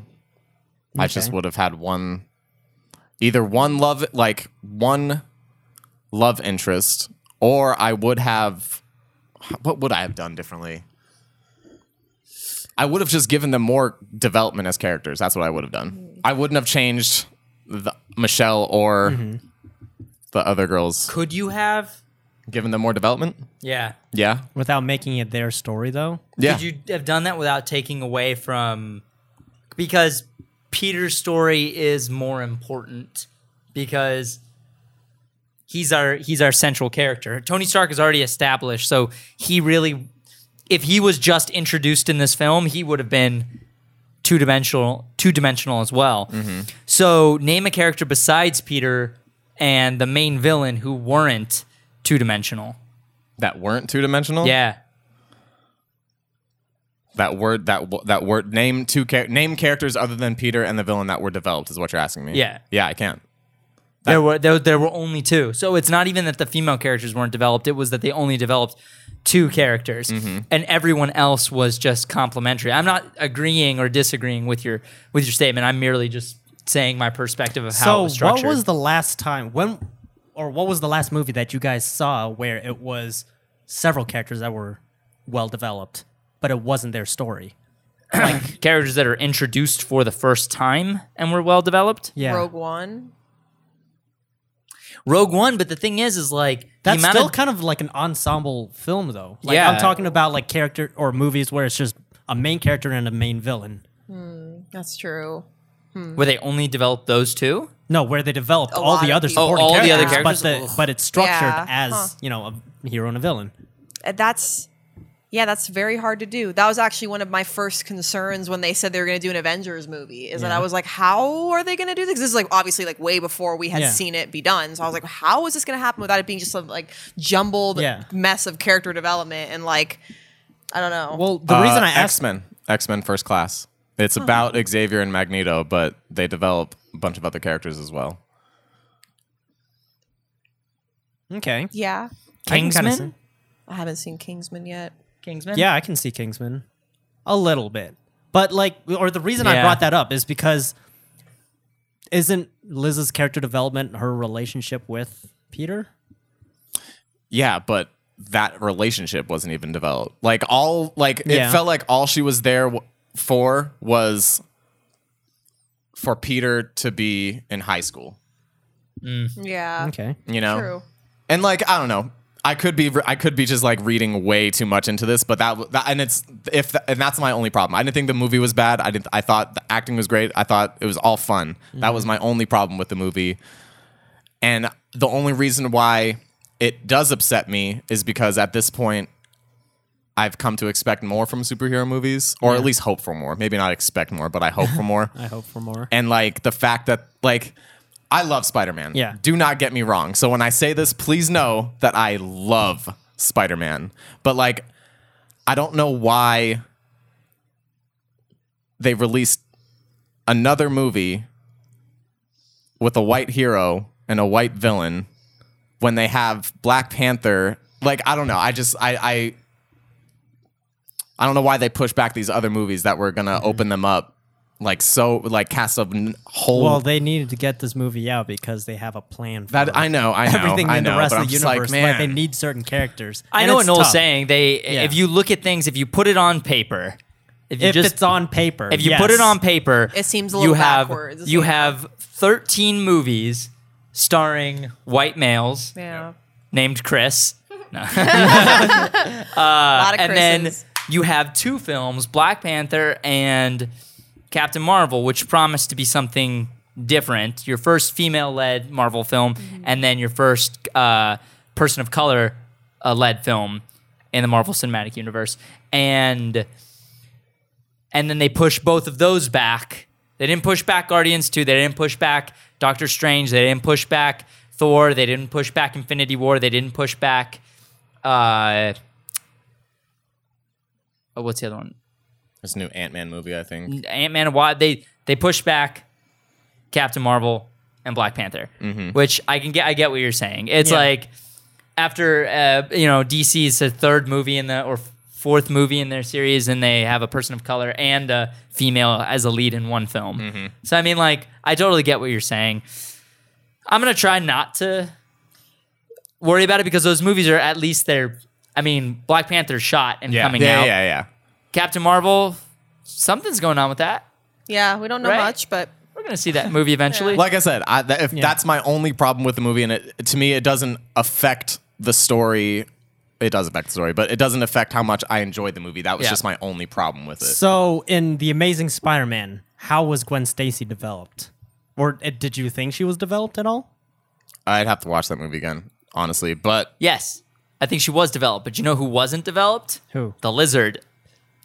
I just
Okay.
would have had one either one love like one love interest or I would have what would I have done differently? I would have just given them more development as characters. That's what I would have done. I wouldn't have changed the, Michelle or the other girls.
Could you have?
Given them more development?
Yeah.
Yeah.
Without making it their story, though.
Yeah.
Could you have done that without taking away from because Peter's story is more important because he's our he's our central character. Tony Stark is already established, so he really if he was just introduced in this film, he would have been two dimensional two dimensional as well. So name a character besides Peter and the main villain who weren't two dimensional.
that weren't two dimensional?
Yeah.
That word that w- that word name two char- name characters other than Peter and the villain that were developed is what you're asking me.
Yeah.
Yeah, I can't.
There were there, there were only two. So it's not even that the female characters weren't developed. It was that they only developed two characters,
Mm-hmm.
and everyone else was just complimentary. I'm not agreeing or disagreeing with your with your statement. I'm merely just saying my perspective of how it
So,
was structured.
what was the last time when, or what was the last movie that you guys saw where it was several characters that were well developed, but it wasn't their story?
characters that are introduced for the first time and were well developed?
Yeah,
Rogue One.
Rogue One. But the thing is, is like the
that's
amount
still
of
kind of like an ensemble film, though. Like
Yeah.
I'm talking about like character or movies where it's just a main character and a main villain.
That's true.
where they only developed those two.
No, where they developed
A
all
lot
the
of
other
people. Oh,
supporting
all the
characters,
other
but
characters?
the, but it's structured
Yeah.
as
Huh.
you know a hero and a villain.
Uh, That's yeah, that's very hard to do. That was actually one of my first concerns when they said they were going to do an Avengers movie. Is that I was like, how are they going to do this? 'Cause This is like obviously like way before we had
Yeah.
seen it be done. So I was like, how is this going to happen without it being just some like jumbled
Yeah.
mess of character development and like I don't know.
Well, the reason I asked
X Men X Men Uh, First Class. It's about Xavier and Magneto, but they develop a bunch of other characters as well.
Okay.
yeah,
I can kinda
Kingsman?
see-
I haven't seen Kingsman yet.
Kingsman.
Yeah, I can see Kingsman a little bit. But like or the reason I
Yeah.
brought that up is because isn't Liz's character development her relationship with Peter?
Yeah, but that relationship wasn't even developed. Like all like it
Yeah.
felt like all she was there w- for was for Peter to be in high school.
Yeah,
Okay.
You know,
true.
and like I don't know. I could be I could be just like reading way too much into this, but that, that and it's if and that's my only problem. I didn't think the movie was bad. I didn't. I thought the acting was great. I thought it was all fun. That was my only problem with the movie, and the only reason why it does upset me is because at this point, I've come to expect more from superhero movies, or at least hope for more. Maybe not expect more, but I hope for more.
I hope for more.
and like the fact that like I love Spider-Man.
Yeah.
Do not get me wrong. So when I say this, please know that I love Spider-Man. But like I don't know why they released another movie with a white hero and a white villain when they have Black Panther. Like I don't know. I just I I I don't know why they push back these other movies that were gonna open them up, like so, like cast a n- whole.
Well, they needed to get this movie out because they have a plan for
that I know, I know,
Um, everything
I
in
know,
the rest
but
of
I'm
the
just Like,
universe.
man,
they need certain characters.
I
And
know what
it's
Noel's
tough.
saying. They
Yeah.
if you look at things, if you put it on paper, if you
If
just
it's on paper,
If you
yes.
put it on paper,
It seems a
you
little
have
backwards. It
you
seems-
have 13 movies starring white males
Yeah.
named Chris. No.
a lot of
and then
Chris's.
you have two films, Black Panther and Captain Marvel, which promise to be something different. Your first female-led Marvel film, and then your first uh, person of color uh, led film in the Marvel Cinematic Universe, and and then they push both of those back. They didn't push back Guardians 2. They didn't push back Doctor Strange. They didn't push back Thor. They didn't push back Infinity War. They didn't push back. Uh, oh, what's the other one?
This new Ant Man movie, I think.
Ant Man and Wa- They they push back Captain Marvel and Black Panther,
Mm-hmm.
which I can get. I get what you're saying. It's
Yeah.
like after uh, you know DC's the third movie in the or fourth movie in their series, and they have a person of color and a female as a lead in one film.
Mm-hmm.
So I mean, like, I totally get what you're saying. I'm gonna try not to worry about it because those movies are at least they're. I mean, Black Panther shot and coming
yeah,
out.
yeah, yeah.
Captain Marvel, something's going on with that.
Yeah, we don't know
Right?
much, but
We're gonna see that movie eventually.
Like I said, I, that, if that's my only problem with the movie, and it, to me, it doesn't affect the story. It does affect the story, but it doesn't affect how much I enjoyed the movie. That was
Yeah.
just my only problem with it.
So in the Amazing Spider-Man, how was Gwen Stacy developed, or uh, did you think she was developed at all?
I'd have to watch that movie again, honestly. But
yes, I think she was developed, but you know who wasn't developed?
Who?
The lizard.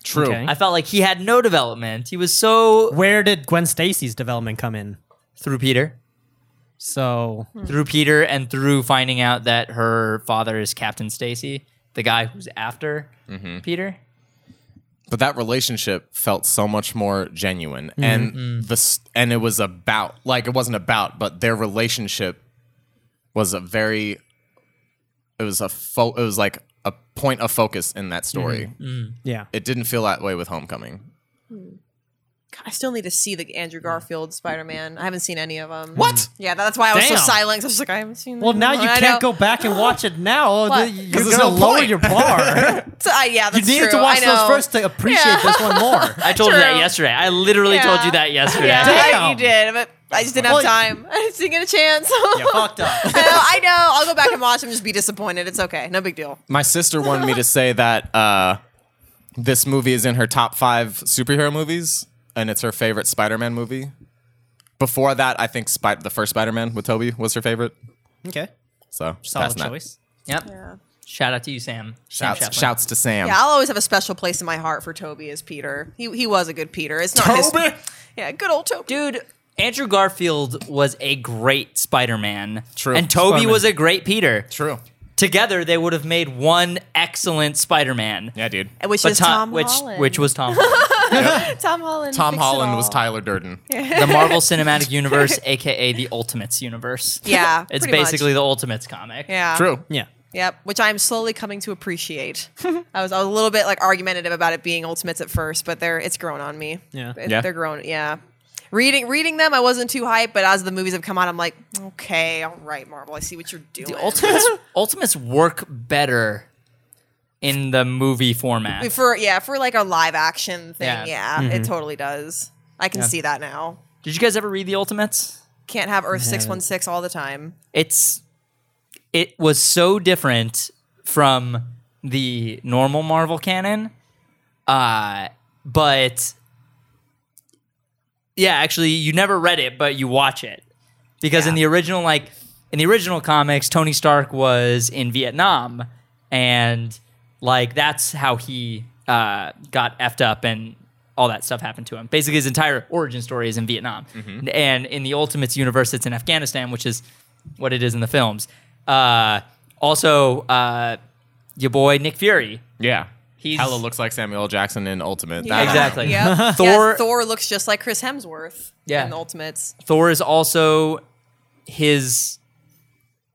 true.
Okay.
I felt like he had no development. He was so
Where did Gwen Stacy's development come in?
through Peter,
So
Hmm.
through Peter, and through finding out that her father is Captain Stacy, the guy who's after
Mm-hmm.
Peter.
But that relationship felt so much more genuine,
Mm-hmm.
and the s- and it was about like it wasn't about, but their relationship was a very. It was a fo- it was like a point of focus in that story.
Mm-hmm. yeah,
It didn't feel that way with Homecoming.
I still need to see the Andrew Garfield Spider Man. I haven't seen any of them.
What?
Yeah, that's why I was
Damn.
so silent. 'cause I was like, I haven't seen.
Well,
that
now
one.
you
I
can't
know.
go back and watch it now.
What?
You're
'Cause
gonna
there's no
lower
point.
your bar.
So, uh, yeah,
you
that's
needed
true.
to
I
watch those
know.
first to appreciate
Yeah.
this one more.
I told you that
True.
yesterday. I literally
Yeah.
told you that yesterday.
Yeah,
Damn.
you did, but I just didn't
Well,
have time. I just didn't get a chance.
fucked up.
I know, I know. I'll go back and watch them. Just be disappointed. It's okay. No big deal.
My sister wanted me to say that uh, this movie is in her top five superhero movies, and it's her favorite Spider-Man movie. Before that, I think Spy- the first Spider-Man with Toby was her favorite.
Okay,
So just
solid
passing that.
choice.
Yep. Shout out to you, Sam. Sam
Shouts,
Shepard.
shouts to Sam.
Yeah, I'll always have a special place in my heart for Toby as Peter. He he was a good Peter. It's not
Toby!
his. Yeah, good old Toby.
Dude, Andrew Garfield was a great Spider-Man.
True.
And Toby
Spider-Man.
was a great Peter.
True.
Together, they would have made one excellent Spider-Man.
Yeah, dude.
Which
But
is
Tom,
Tom
which
Holland.
which was Tom, Holland.
Tom Holland.
Tom
fix it
Holland was
all.
Tyler Durden.
the Marvel Cinematic Universe, aka the Ultimates universe.
Yeah,
it's
pretty much.
basically the Ultimates comic.
Yeah.
True.
Yeah,
Yep. Which I'm slowly coming to appreciate. I was I was a little bit like argumentative about it being Ultimates at first, but they're it's grown on me.
Yeah.
It-
Yeah.
They're grown. Yeah. Reading reading them, I wasn't too hyped, but as the movies have come out, I'm like, okay, all right, Marvel, I see what you're doing.
The Ultimates Ultimates work better in the movie format.
for yeah, for like a live action thing,
Yeah.
yeah, it totally does. I can see that now.
Did you guys ever read the Ultimates?
Can't have Earth six one six all the time.
It's it was so different from the normal Marvel canon. Uh but yeah, actually you never read it, but you watch it. Because in the original like in the original comics, Tony Stark was in Vietnam and like that's how he uh, got effed up and all that stuff happened to him. Basically his entire origin story is in Vietnam. And in the Ultimates universe it's in Afghanistan, which is what it is in the films. Uh, also uh, your boy Nick Fury.
Yeah.
He's-
Hella looks like Samuel L. Jackson in Ultimate.
Yeah.
That-
Exactly.
Yep. Thor
Thor-
Thor looks just like Chris Hemsworth
Yeah.
in the Ultimates.
Thor is also his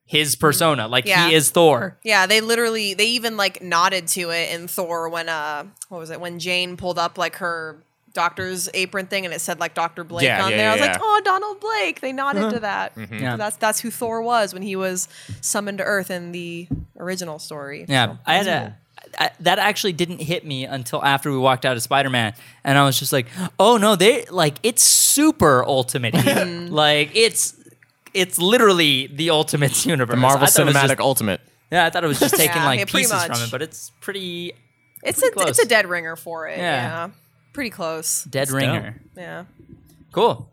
his persona. Like
Yeah.
he is Thor.
Yeah, they literally they even like nodded to it in Thor when uh what was it when Jane pulled up like her doctor's apron thing and it said like Doctor Blake
Yeah,
on
yeah,
there. I was
yeah,
like,
yeah. Mm-hmm.
oh Donald Blake. They nodded to that.
Uh-huh. Yeah.
That's that's who Thor was when he was summoned to Earth in the original story.
Yeah, I had a I, that actually didn't hit me until after we walked out of Spider Man, and I was
Mm-hmm.
just like, "Oh no, they like it's super ultimate. like it's it's literally the Ultimates universe.
The Marvel
I thought it was
Cinematic
just-
Ultimate.
yeah, I thought it was just taking
Yeah,
like
yeah, pretty
pieces
much.
from it, but it's pretty
It's a
Pretty close.
it's a dead ringer for it.
Yeah.
Yeah. Pretty close.
dead ringer.
Yeah.
Cool.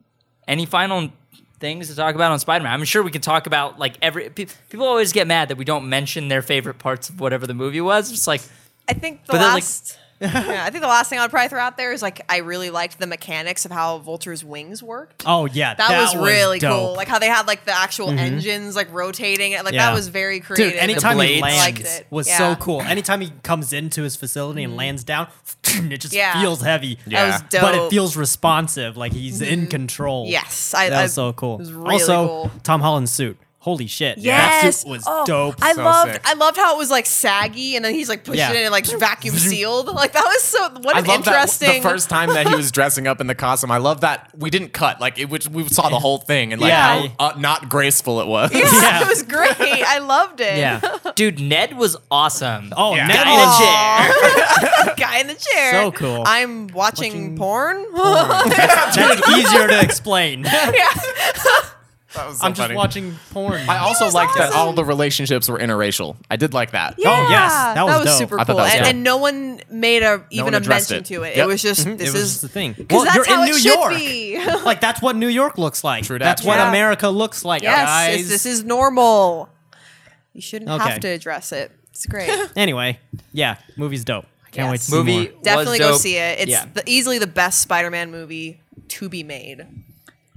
Any final things to talk about on Spider Man? I'm sure we can talk about like every. Pe- people always get mad that we don't mention their favorite parts of whatever the movie was. It's like
I think the
But then, like-
last. yeah, I think the last thing I'd probably throw out there is like I really liked the mechanics of how Vulture's wings worked.
Oh yeah,
That, was, really cool.
dope. Mm-hmm.
Like how they had like the actual engines like rotating. Like
Yeah.
that was very creative.
Dude, anytime
The
he
blades.
I liked
lands
it.
was
Yeah. Mm-hmm.
so cool. Anytime he comes into his facility and lands down, it just
Yeah.
feels heavy.
Yeah.
That was dope. Mm-hmm.
But it feels responsive, like he's in control.
Yes, I-
that
I-
was so cool.
it was really
also,
cool.
Tom Holland's suit. Holy shit! that
Yes,
suit was
Oh,
dope.
I
So
loved,
sick.
I loved how it was like saggy, and then he's like pushing
Yeah.
it and like vacuum sealed. Like that was so what
I
an
love
interesting.
that the first time that he was dressing up in the costume. I love that we didn't cut like it, which we saw the whole thing and like
Yeah.
how uh, not graceful it was.
yeah,
Yeah.
it was great. I loved it.
yeah.
Dude, Ned was awesome.
Oh,
Yeah.
Ned
Guy
was-
in a chair.
guy in the chair.
So cool.
I'm
Watching
watching, porn.
That's easier to explain.
That was so
I'm just
funny.
watching porn.
I also
was
liked that
awesome.
all the relationships were interrational. I did like that.
Yeah,
Oh, yes, that was dope.
super
I thought
cool,
that was
and,
dope.
and no one made a even
one
a
addressed
mention
it.
to it.
Yep.
It was just
it
this
was
is
just the thing.
because that's
you're
how
in
it
New
should
York.
be.
Like that's what New York looks like.
True dat.
that's what
Yeah.
America looks like,
yes,
guys.
it's- this is normal. You shouldn't
Okay.
have to address it. It's great.
anyway, yeah, movie's dope. I can't
Yes.
wait to see
Movie
more.
was
Definitely go
dope.
see it. It's
Yeah.
the, easily the best Spider-Man movie to be made.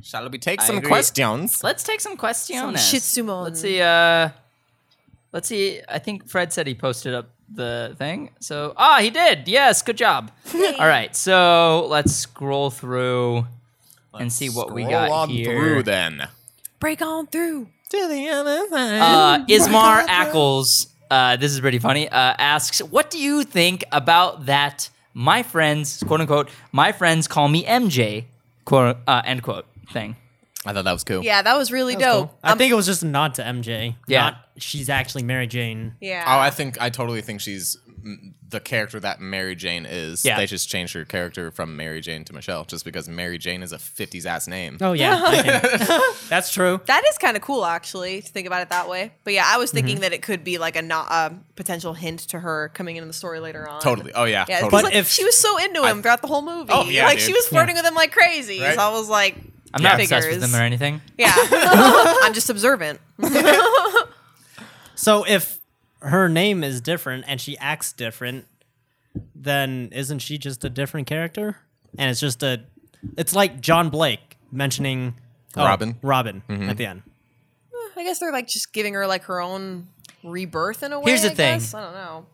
Shall we take
I
some
agree.
questions?
Let's take some questions.
shitsumon.
Let's see. Uh, let's see. I think Fred said he posted up the thing. So ah, he did. Yes, good job. All right. So let's scroll through and see what we got
Roll on
here.
through then.
Break on through.
To the other side.
uh, Ismar Ackles, uh, this is pretty funny, uh, asks, What do you think about that? My friends, quote unquote, my friends call me MJ, quote, uh, end quote thing.
I thought that was cool.
Yeah, that was really
That's
dope.
cool. I
Um,
think it was just a nod to MJ.
Yeah.
Not she's actually Mary Jane.
Yeah.
Oh, I think I totally think she's mm, the character that Mary Jane is.
Yeah.
They just changed her character from Mary Jane to Michelle just because Mary Jane is a 50s ass name.
Oh yeah, I think. that's true.
That is kind of cool, actually, to think about it that way. But yeah, I was thinking that it could be like a not a potential hint to her coming into the story later on.
Totally. Oh yeah.
Yeah, 'cause,
totally.
like,
But if-
she was so into him throughout the whole movie,
Oh, yeah,
like she
dude.
was flirting with him like crazy.
Right.
So I was like,
I'm not
figures.
obsessed with them or anything.
yeah, I'm just observant.
So if her name is different and she acts different, then isn't she just a different character? And it's just a, it's like John Blake mentioning oh,
Robin.
Robin at the end.
I guess they're like just giving her like her own rebirth in a way.
Here's the
I
thing.
guess. I don't know.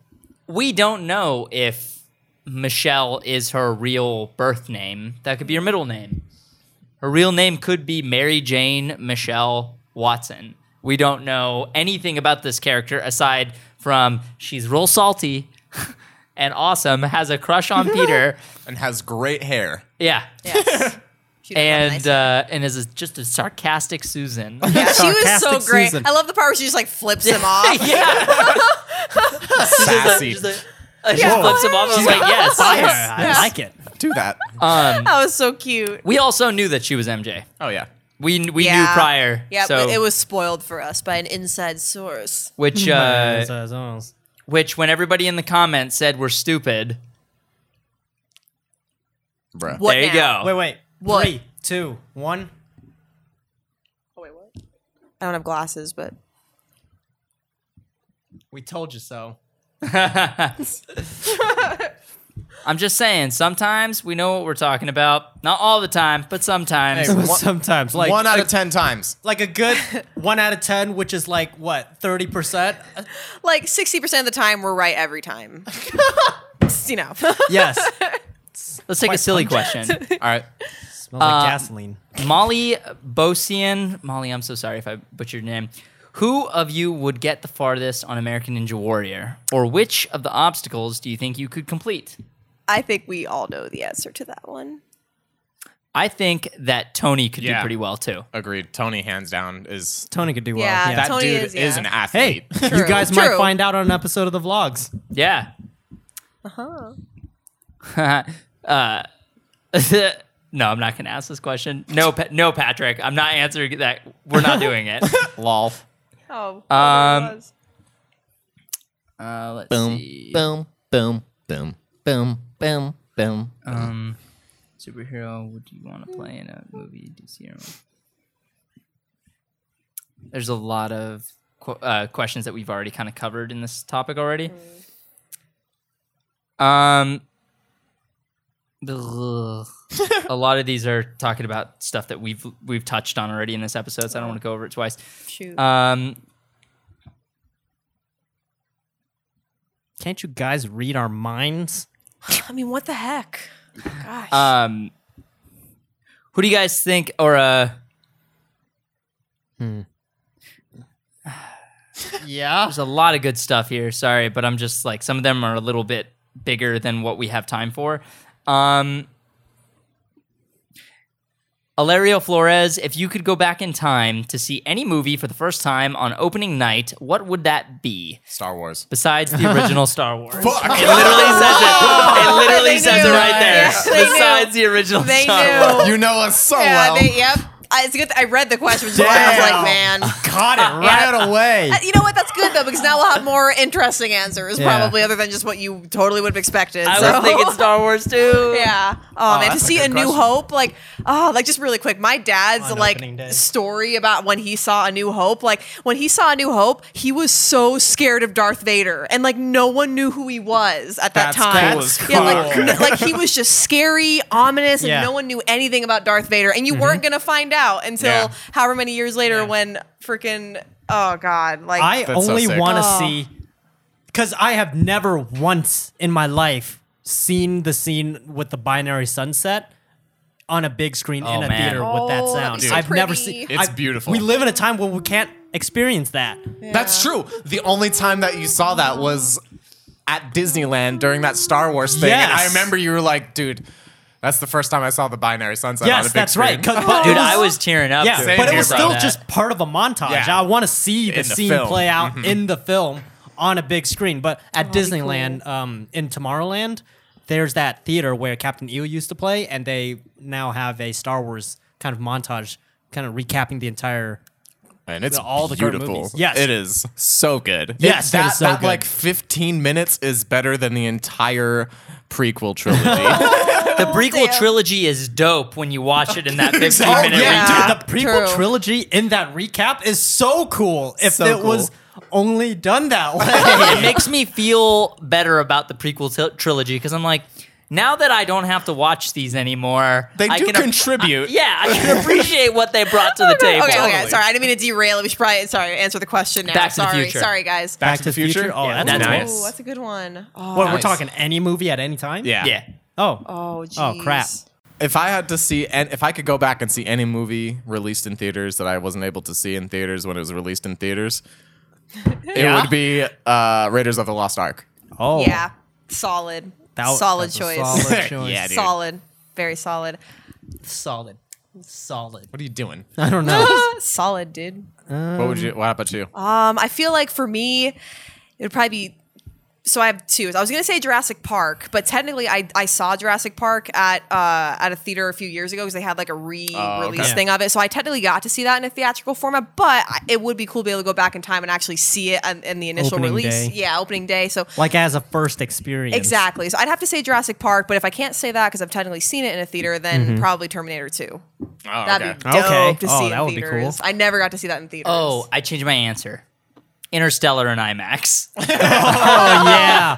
We don't know if Michelle is her real birth name. That could be her middle name. Her real name could be Mary Jane Michelle Watson. We don't know anything about this character aside from she's real salty and awesome, has a crush on Peter.
and has great hair.
Yeah.
Yes. She did have a
And
nice-
uh, and is a, just a sarcastic Susan.
yeah, she was so
sarcastic
great.
Susan.
I love the part where she just like flips him off.
yeah.
Sassy.
She's like, uh, she flips him off. I was like, yes.
Fire!
yes.
I
Yes.
like it.
Do that.
Uh,
That was so cute.
We also knew that she was MJ.
oh yeah.
We we knew
Yeah.
prior.
Yeah,
so,
but it was spoiled for us by an inside source.
which uh,
Uh,
which when everybody in the comments said we're stupid,
Bruh.
What
there you
now?
go.
wait, wait.
What?
Three, two, one.
Oh, wait, what? I don't have glasses, but
We told you so.
I'm just saying. Sometimes we know what we're talking about. Not all the time, but sometimes.
Hey, One-
Sometimes, like uh,
One out
like,
of ten times.
like a good one out of ten, which is like what thirty percent.
like 60% of the time, we're right every time. you know.
Yes,
Let's take a silly question.
All right.
smells
Uh,
like gasoline.
Molly Bosian. Molly, I'm so sorry if I butchered your name. Who of you would get the farthest on American Ninja Warrior? Or which of the obstacles do you think you could complete?
I think we all know the answer to that one.
I think that Tony could do
Yeah.
pretty well too.
Agreed. Tony hands down is
Tony could do well.
Yeah,
that
Tony
dude
is,
is,
yeah.
an athlete.
Hey, you
True,
guys might
true.
find out on an episode of the vlogs.
Yeah.
Huh.
uh, No, I'm not going to ask this question. No, pa- no, Patrick, I'm not answering that. We're not doing it.
Lol.
Oh,
Um,
it was.
Uh, let's
Boom,
see.
boom, boom, boom, boom, boom, boom.
Um, superhero. What do you want to play in a movie? DC or There's a lot of qu- uh, questions that we've already kind of covered in this topic already. Um, ugh. a lot of these are talking about stuff that we've we've touched on already in this episode, so I don't want to go over it twice.
shoot.
Um,
Can't you guys read our minds?
I mean, what the heck? Gosh.
Um, who do you guys think, or uh,
Yeah.
there's a lot of good stuff here. Sorry, but I'm just like some of them are a little bit bigger than what we have time for. Um, Alario Flores, if you could go back in time to see any movie for the first time on opening night, what would that be?
Star Wars.
Besides the original Star Wars, it
Fuck.
literally says it. It literally
They
says it
knew.
right there.
Yes, they knew.
Besides the original
they
Star Wars.
knew.
You know us so
yeah,
well.
they, yep. I, it's good. That I read the question, so I was
Damn.
like, man.
Caught it right away.
Uh, You know what? That's good though, because now we'll have more interesting answers,
Yeah.
probably, other than just what you totally would have expected.
I
so.
was thinking Star Wars too.
Yeah. Oh, man, to
that's a
see
good
a New
question.
Hope, like, oh, like just really quick, my dad's
On opening day.
like story about when he saw a New Hope. Like when he saw a New Hope, he was so scared of Darth Vader, and like no one knew who he was at
That's
that time.
cool as
yeah, like,
fuck.
n- like he was just scary, ominous, and
Yeah.
no one knew anything about Darth Vader, and you weren't gonna find out until
Mm-hmm. Yeah.
however many years later
Yeah.
when freaking oh god, like
I
That's so
only
sick.
want to
Oh.
see because I have never once in my life seen the scene with the binary sunset on a big screen in
Oh,
a
man.
theater with that
Oh, that'd
sound.
be
so
I've never
pretty.
seen.
It's
I've-
beautiful.
We live in a time where we can't experience that.
That's true. The only time that you saw that was at Disneyland during that Star Wars thing. And I
Yes.
remember you were like, dude, that's the first time I saw the binary sunset. on a
yes,
big
that's right.
screen.
'cause- but it
Dude,
was-
I was cheering up.
Yeah,
dude.
but it
here
was
about
still
that.
just part of a montage.
Yeah.
I want to see the
In the
scene
film. Mm-hmm.
play out in the film on a big screen. But at Disneyland, um, in Tomorrowland, there's that theater where Captain Eel used to play, and they now have a Star Wars kind of montage, kind of recapping the entire.
And it's
all the current
beautiful.
movies. Yes.
It is so good.
Yes,
It-
it
that,
is so
that
good.
like 15 minutes is better than the entire prequel trilogy.
The prequel
Oh, damn.
trilogy is dope when you watch it in that 15
Exactly.
minute
Oh,
yeah.
yeah.
Dude, the prequel
true.
trilogy in that recap is so cool. If
So
it
cool.
was only done that way.
It makes me feel better about the prequel t- trilogy because I'm like, now that I don't have to watch these anymore,
they
I
do
can ap-
contribute.
yeah, I can appreciate what they brought to the table.
Okay, okay,
Totally.
sorry. I didn't mean to derail it. We should probably sorry answer the question now.
Back to the
sorry,
Future.
sorry guys.
Back, to the Future.
Oh,
Yeah,
that's
that's
nice.
Ooh, that's a good one. Oh,
What, we're
Nice.
talking any movie at any time?
Yeah.
Yeah.
Oh.
oh,
Oh, crap.
jeez.
If I had to see, and if I could go back and see any movie released in theaters that I wasn't able to see in theaters when it was released in theaters, it
Yeah?
would be uh, Raiders of the Lost Ark.
Oh.
Yeah, solid.
That-
solid
that's a
choice.
Solid choice.
Yeah, dude.
solid. Very solid.
solid. Solid.
What are you doing?
I don't know.
solid, dude.
what would you? What about you?
Um, I feel like for me, it would probably be. So I have two. I was gonna say Jurassic Park, but technically I, I saw Jurassic Park at uh, at a theater a few years ago because they had like a re-release
Oh,
okay.
thing of it. So I technically got to see that in a theatrical format, but I- it would be cool to be able to go back in time and actually see it in, in the initial
Opening
release.
day.
Yeah, opening day. So
like as a first experience.
exactly. So I'd have to say Jurassic Park, but if I can't say that because I've technically seen it in a theater, then probably Terminator Two.
Oh,
That'd
okay.
be dope
Mm-hmm. Okay.
to
Oh,
see
that
in
would be cool.
theaters. I never got to see that in theaters.
Oh, I changed my answer. Interstellar and IMAX.
Oh yeah.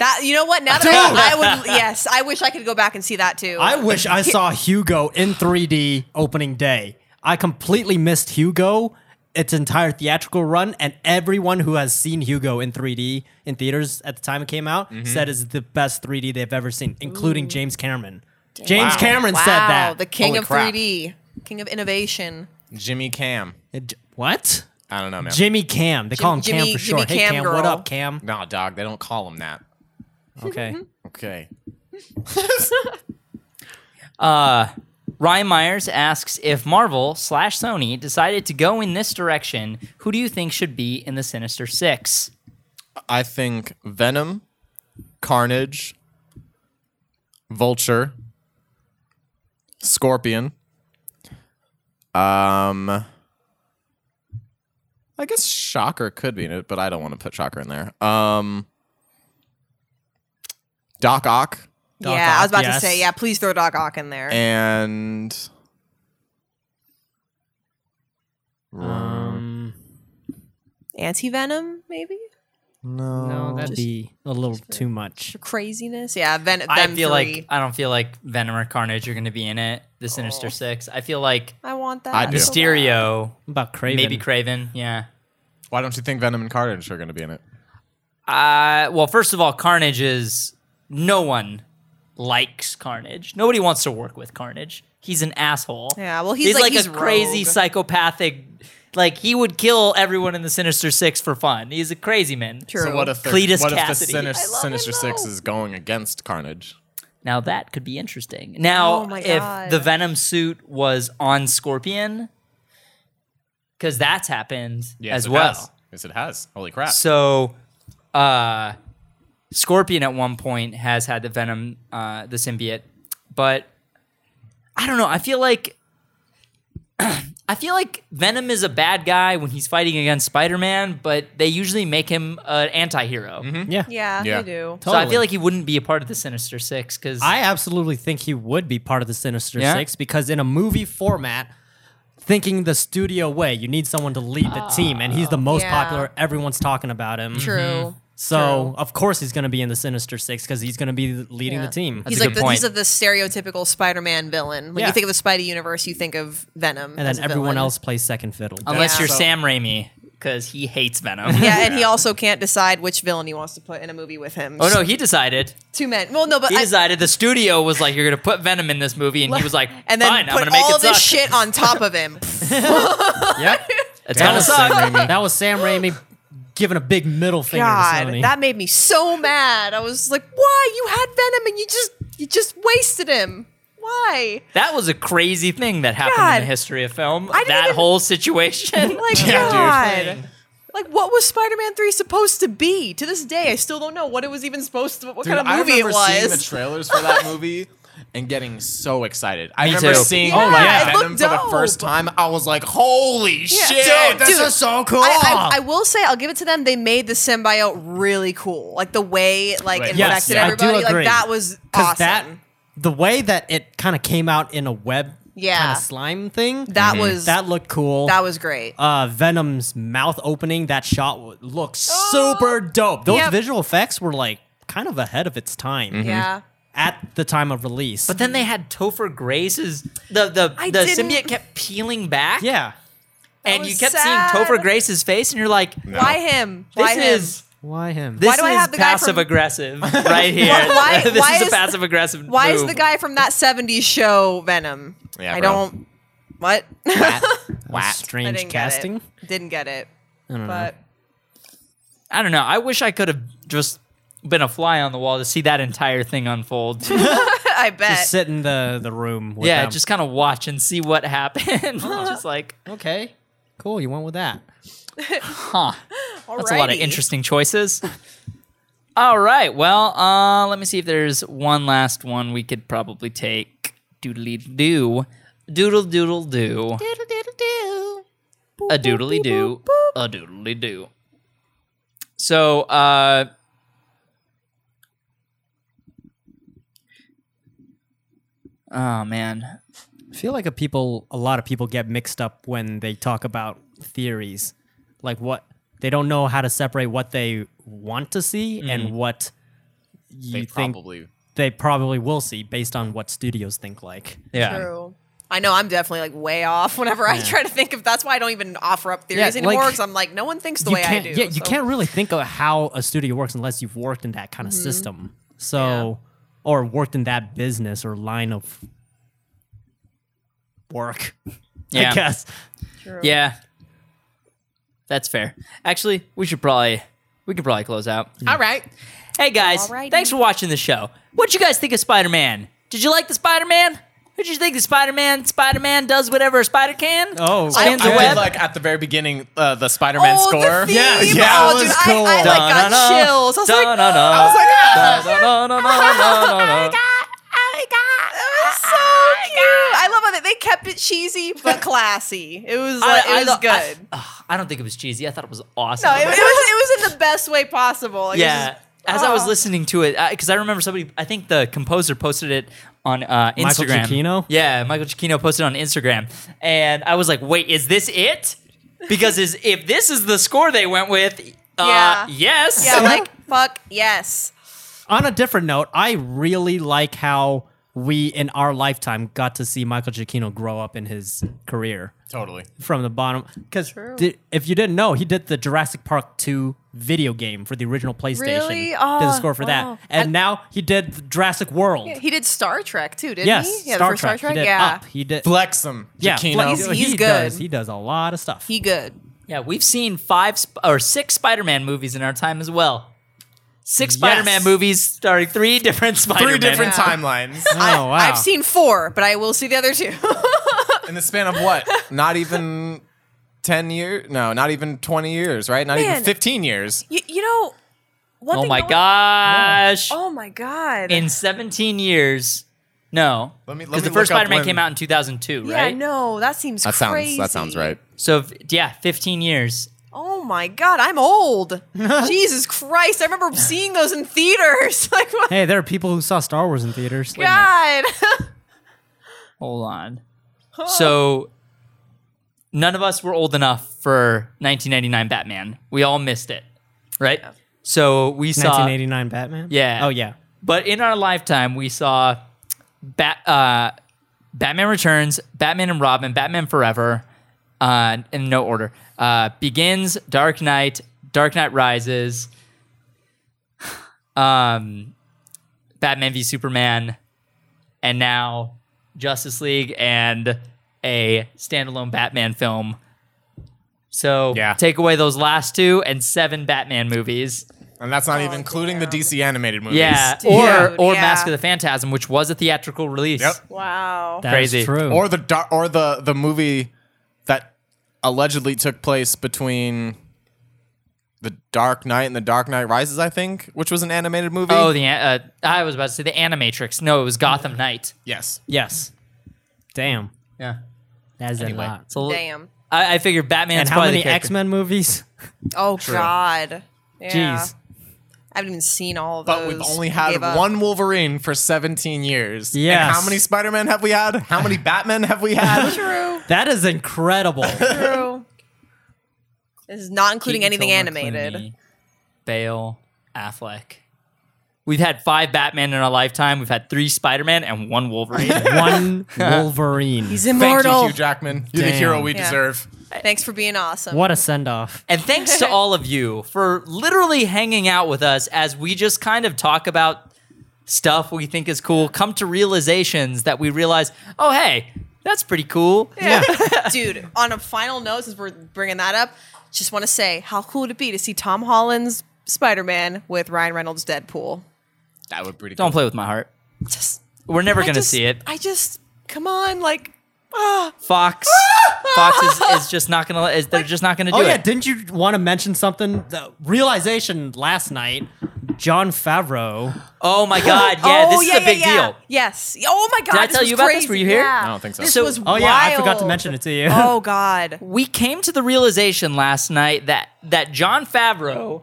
That you know what? Now that I, I would yes, I wish I could go back and see that too.
I wish I saw Hugo in 3D opening day. I completely missed Hugo its entire theatrical run and everyone who has seen Hugo in 3D in theaters at the time it came out said it's the best 3D they've ever seen, including James Cameron. James
Wow.
Cameron said that. Oh,
the king
Holy
of
crap.
3D, king of innovation.
Jimmy Cam.
It- what?
I don't know, man.
Jimmy Cam. They call him
Jimmy-
Cam for
Jimmy
short. Hey
Cam
Cam, what
girl.
up, Cam?
no, dog. They don't call him that.
Okay.
Okay.
Ryan Myers asks if Marvel slash Sony decided to go in this direction, who do you think should be in the Sinister Six?
I think Venom, Carnage, Vulture, Scorpion. Um, I guess Shocker could be in it, but I don't want to put Shocker in there. Um, Doc Ock
Doc
yeah, I was
Ock,
about
yes.
to say, yeah, please throw Doc Ock in there.
and
Um,
Anti Venom, maybe?
no,
No,
Um, that'd
that's
be a little too much.
Craziness? Yeah, Ven- Venom.
I feel like
three.
I don't feel like Venom or Carnage are going to be in it. The Sinister Six. I feel like
I want that.
I do.
so bad.
Mysterio,
What about Craven?
maybe Craven. Yeah.
Why don't you think Venom and Carnage are going to be in it?
Uh, well, first of all, Carnage is no one likes Carnage. Nobody wants to work with Carnage. He's an asshole.
Yeah, well, he's like-
like
he's
a crazy
rogue.
psychopathic. Like he would kill everyone in the Sinister Six for fun. He's a crazy man.
True.
So what if they're-
Cletus
what if the
Cassidy.
Sinister,
I love
Sinister
him,
Six
though.
is going against Carnage?
Now that could be interesting. Now,
Oh my
if
God.
the Venom suit was on Scorpion, because that's happened as
it
well.
Has. Yes, it has. Holy crap!
So, uh, Scorpion at one point has had the Venom, uh, the symbiote, but I don't know. I feel like I feel like Venom is a bad guy when he's fighting against Spider-Man, but they usually make him an anti-hero.
Yeah.
Yeah,
Yeah.
they do.
So I feel like he wouldn't be a part of the Sinister Six because
I absolutely think he would be part of the Sinister
Yeah?
Six because in a movie format, thinking the studio way, you need someone to lead the team, and he's the most
Oh, Yeah.
popular. Everyone's talking about him.
True.
So of course he's going to be in the Sinister Six because he's going to be leading
Yeah.
the team.
That's a
he's like
good
the,
point.
he's the stereotypical Spider-Man villain. When
Yeah.
you think of the Spidey universe, you think of Venom,
and
as
then
a
everyone
villain.
else plays second fiddle.
unless
Yeah.
you're
So-
Sam Raimi because he hates Venom.
Yeah, and he also can't decide which villain he wants to put in a movie with him.
Oh no, he decided.
two men. Well, no, but
He
I-
decided the studio was like, "You're gonna put Venom in this movie," and he was like,
and then
"Fine, I'm
put
gonna make
all
it
this
suck."
shit on top of him.
yep.
It's
That
gonna
was,
suck.
Sam Raimi. that was Sam Raimi giving a big middle finger to
God,
Sony.
that made me so mad. I was like, why you had Venom and you just you just wasted him? Why?
That was a crazy thing that happened in
God.
the history of film.
I didn't
That
even-
whole situation.
Like
Yeah,
God. Like what was Spider-Man 3 supposed to be? To this day, I still don't know what it was even supposed to what
Dude,
kind of movie
I
it
remember seeing the
was.
trailers for that movie and getting so excited. I
Me
remember
too.
seeing
Yeah,
like,
it
Venom
looked
for the
dope.
first time. I was like, "Holy shit,
Dude,
this
dude,
is so cool!"
I, I, I will say I'll give it to them. They made the symbiote really cool. Like the way it, like
Right.
infected
Yes, yeah. I do
everybody.
agree.
Like that was
because
awesome.
that the way that it kind of came out in a web
Yeah.
kind of slime thing Mhm.
That was
that looked cool.
that was great.
uh, Venom's mouth opening that shot w- looks super dope. Those
Yep.
visual effects were like kind of ahead of its time
Yeah.
at the time of release.
but then they had Topher Grace's the the,
I
the
didn't-
symbiote kept peeling back.
yeah,
and
was
you kept
sad.
seeing Topher Grace's face, and you're like, this
Why him? Why him?
is
why him?
this
do I
is
have the guy from-
passive aggressive right here.
Why-
this
why
is, a
is-
passive aggressive.
Why is the guy from that 70s show Venom?
Yeah,
I
bro.
don't. What? I
strange
didn't
casting.
get it. Didn't get it. But
I don't know. I wish I could have just been a fly on the wall to see that entire thing unfold. um,
I bet.
Just sit in the the room. With
yeah,
them.
just kind of watch and see what happened. just like,
okay, cool. You went with that.
huh. That's a lot of
Alrighty.
interesting choices. All right. Well, uh, let me see if there's one last one we could probably take. Doodly doo. Doodle doodle doo. A doodly doo. A doodly doo. So, uh, oh man.
I feel like a people a lot of people get mixed up when they talk about theories. Like what they don't know how to separate what they want to see and what you
they
think
probably
they probably will see based on what studios think like.
Yeah.
True. I know I'm definitely like way off whenever I try to think of. That's why I don't even offer up theories
Yeah, like-
anymore because I'm like, no one thinks the
you
way I
can't
do.
yeah, you
so-
can't really think of how a studio works unless you've worked in that kind
Mm-hmm.
of system. So or worked in that business or line of work.
Yeah.
I guess.
Yeah. That's fair. Actually, we should probably we could probably close out.
All right.
Hey guys,
Alrighty.
thanks for watching the show. What you guys think of Spider Man? Did you like the Spider Man? Did you think the Spider Man? Spider Man does whatever a spider can.
Oh,
Spins
I
a
did
web.
like at the very beginning uh, the Spider-Man
oh,
score.
The theme.
Yeah,
Yeah,
yeah,
oh,
it
dude,
was
I,
cool.
I like got
Dun-dun-dun.
chills. I was like,
Dun-dun-dun.
oh,
I was like, ah!
No, no, no, no, no, no, no.
"Oh, God. Oh my god. That was so cute. I some of it they kept it cheesy but classy. It was like, it was
thought-
good.
ugh, I don't think it was cheesy. I thought it was awesome.
no, it, it was it was in the best way possible. Like, it was
yeah. As I was
oh.
listening to it, because I remember somebody, I think the composer posted it on uh,
Michael
Instagram.
Giacchino?
Yeah, Michael Giacchino posted it on Instagram, and I was like, "Wait, is this it?" Because is if this is the score they went with, uh,
Yeah.
yes,
just- yeah, like fuck yes.
On a different note, I really like how we in our lifetime got to see Michael Giacchino grow up in his career
Totally.
from the bottom. Because if you didn't know, he did the Jurassic Park 2 video game for the original PlayStation.
Really?
did the
Oh,
score for that.
wow.
And now he did the Jurassic World.
He did Star Trek too, didn't
yes,
he? Yeah,
Star,
the first
Trek.
Star Trek.
He did
yeah,
Up. He did.
Flex them.
yeah,
Giacchino.
He's- he's
he
good.
Does, he does a lot of stuff.
he good.
yeah. We've seen five sp- or six Spider-Man movies in our time as well. Six
Yes.
Spider-Man movies starring three different Spider-Man.
Three different
Yeah.
timelines
oh, wow.
I've seen four, but I will see the other two.
in the span of what? Not even 10 years? No, not even 20 years, right? Not even
Man.
15 years.
you, you know, one
Oh
thing
my
going-
gosh!
Oh my god!
In 17 years, no,
Let me- let
because the
me
first
look up
Spider-Man
when-
came out in 2002,
yeah,
right?
no, that seems
That sounds
crazy.
that sounds right.
So f- yeah, 15 years.
Oh my god, I'm old. Jesus Christ, I remember seeing those in theaters. like what?
Hey, there are people who saw Star Wars in theaters.
God.
Hold on. So none of us were old enough for 1999 Batman. We all missed it, right? So we saw,
1989 Batman?
Yeah.
Oh, yeah.
but in our lifetime, we saw Bat, uh, Batman Returns, Batman and Robin, Batman Forever, uh, in no order. Uh, begins, Dark Knight, Dark Knight Rises, um, Batman v Superman, and now Justice League and a standalone Batman film. So
Yeah.
take away those last two and seven Batman movies.
And that's
Oh,
not even including the DC animated movies.
Yeah,
Dude,
or or
yeah.
Mask of the Phantasm, which was a theatrical release.
Yep.
wow.
That is
Crazy.
true.
Or the dar- or the the movie that allegedly took place between The Dark Knight and The Dark Knight Rises, I think, which was an animated movie.
Oh, the uh, I was about to say the Animatrix. No, it was Gotham Knight.
yes.
yes. Damn.
Yeah.
That is
Anyway.
a lot.
So
Damn.
I, I figured Batman's
and how
probably the
many
character.
X Men movies?
Oh god. Yeah.
Jeez.
I haven't even seen all of those.
But we've only
I
had
gave up.
one Wolverine for 17 years. Yeah.
Yes.
how many Spider-Man have we had? How many Batman have we had?
True.
That is incredible.
True. this is not including anything animated.
Clooney, Bale, Affleck. We've had five Batman in our lifetime. We've had three Spider Man and one Wolverine.
One Wolverine.
He's
Thank you,
immortal.
Hugh Jackman. You're the
Damn.
hero we
Yeah.
deserve.
Thanks for being awesome.
what a send off.
and thanks to all of you for literally hanging out with us as we just kind of talk about stuff we think is cool, come to realizations that we realize, oh, hey, that's pretty cool.
Dude, on a final note, since we're bringing that up, just want to say how cool would it be to see Tom Holland's Spider Man with Ryan Reynolds' Deadpool?
That would pretty
Don't play with my heart.
Just,
We're never
I
going to
just-
see it.
I just, come on, like, ah.
Fox. Fox is, is just not gonna. Is, they're just not gonna do
Oh, yeah.
it.
Didn't you want to mention something? The realization last night John Favreau.
Oh my God! Yeah,
Oh,
this is a big
yeah.
deal.
Yes. Oh my god.
I
this
tell
was
you about this?
crazy.
Were you here?
Yeah.
I don't think so.
This
So-
was
Oh,
Oh, yeah. I forgot to
wild.
mention it to you.
Oh god.
We came to the realization last night that that John Favreau,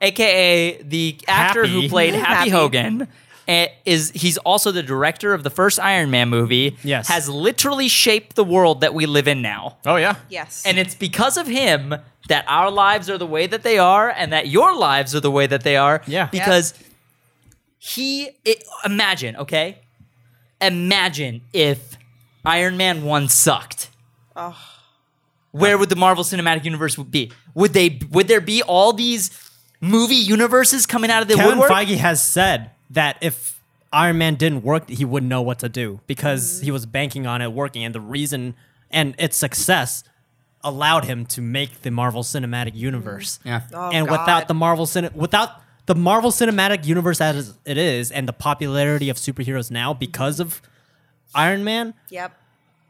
aka the actor
Happy.
who played Happy,
Happy.
Hogan, eh, is he's also the director of the first Iron Man movie.
Yes.
has literally shaped the world that we live in now.
Oh yeah.
Yes.
And it's because of him that our lives are the way that they are and that your lives are the way that they are.
Yeah.
Because he, it, imagine, okay? Imagine if Iron Man 1 sucked. Where would the Marvel Cinematic Universe would be? Would they? Would there be all these movie universes coming out of the
Kevin
woodwork?
Feige has said that if Iron Man didn't work, he wouldn't know what to do because he was banking on it working, and the reason and its success allowed him to make the Marvel Cinematic Universe.
Yeah.
Oh,
and
God.
without the Marvel Cin- without the Marvel Cinematic Universe as it is, and the popularity of superheroes now because of Iron Man,
Yep.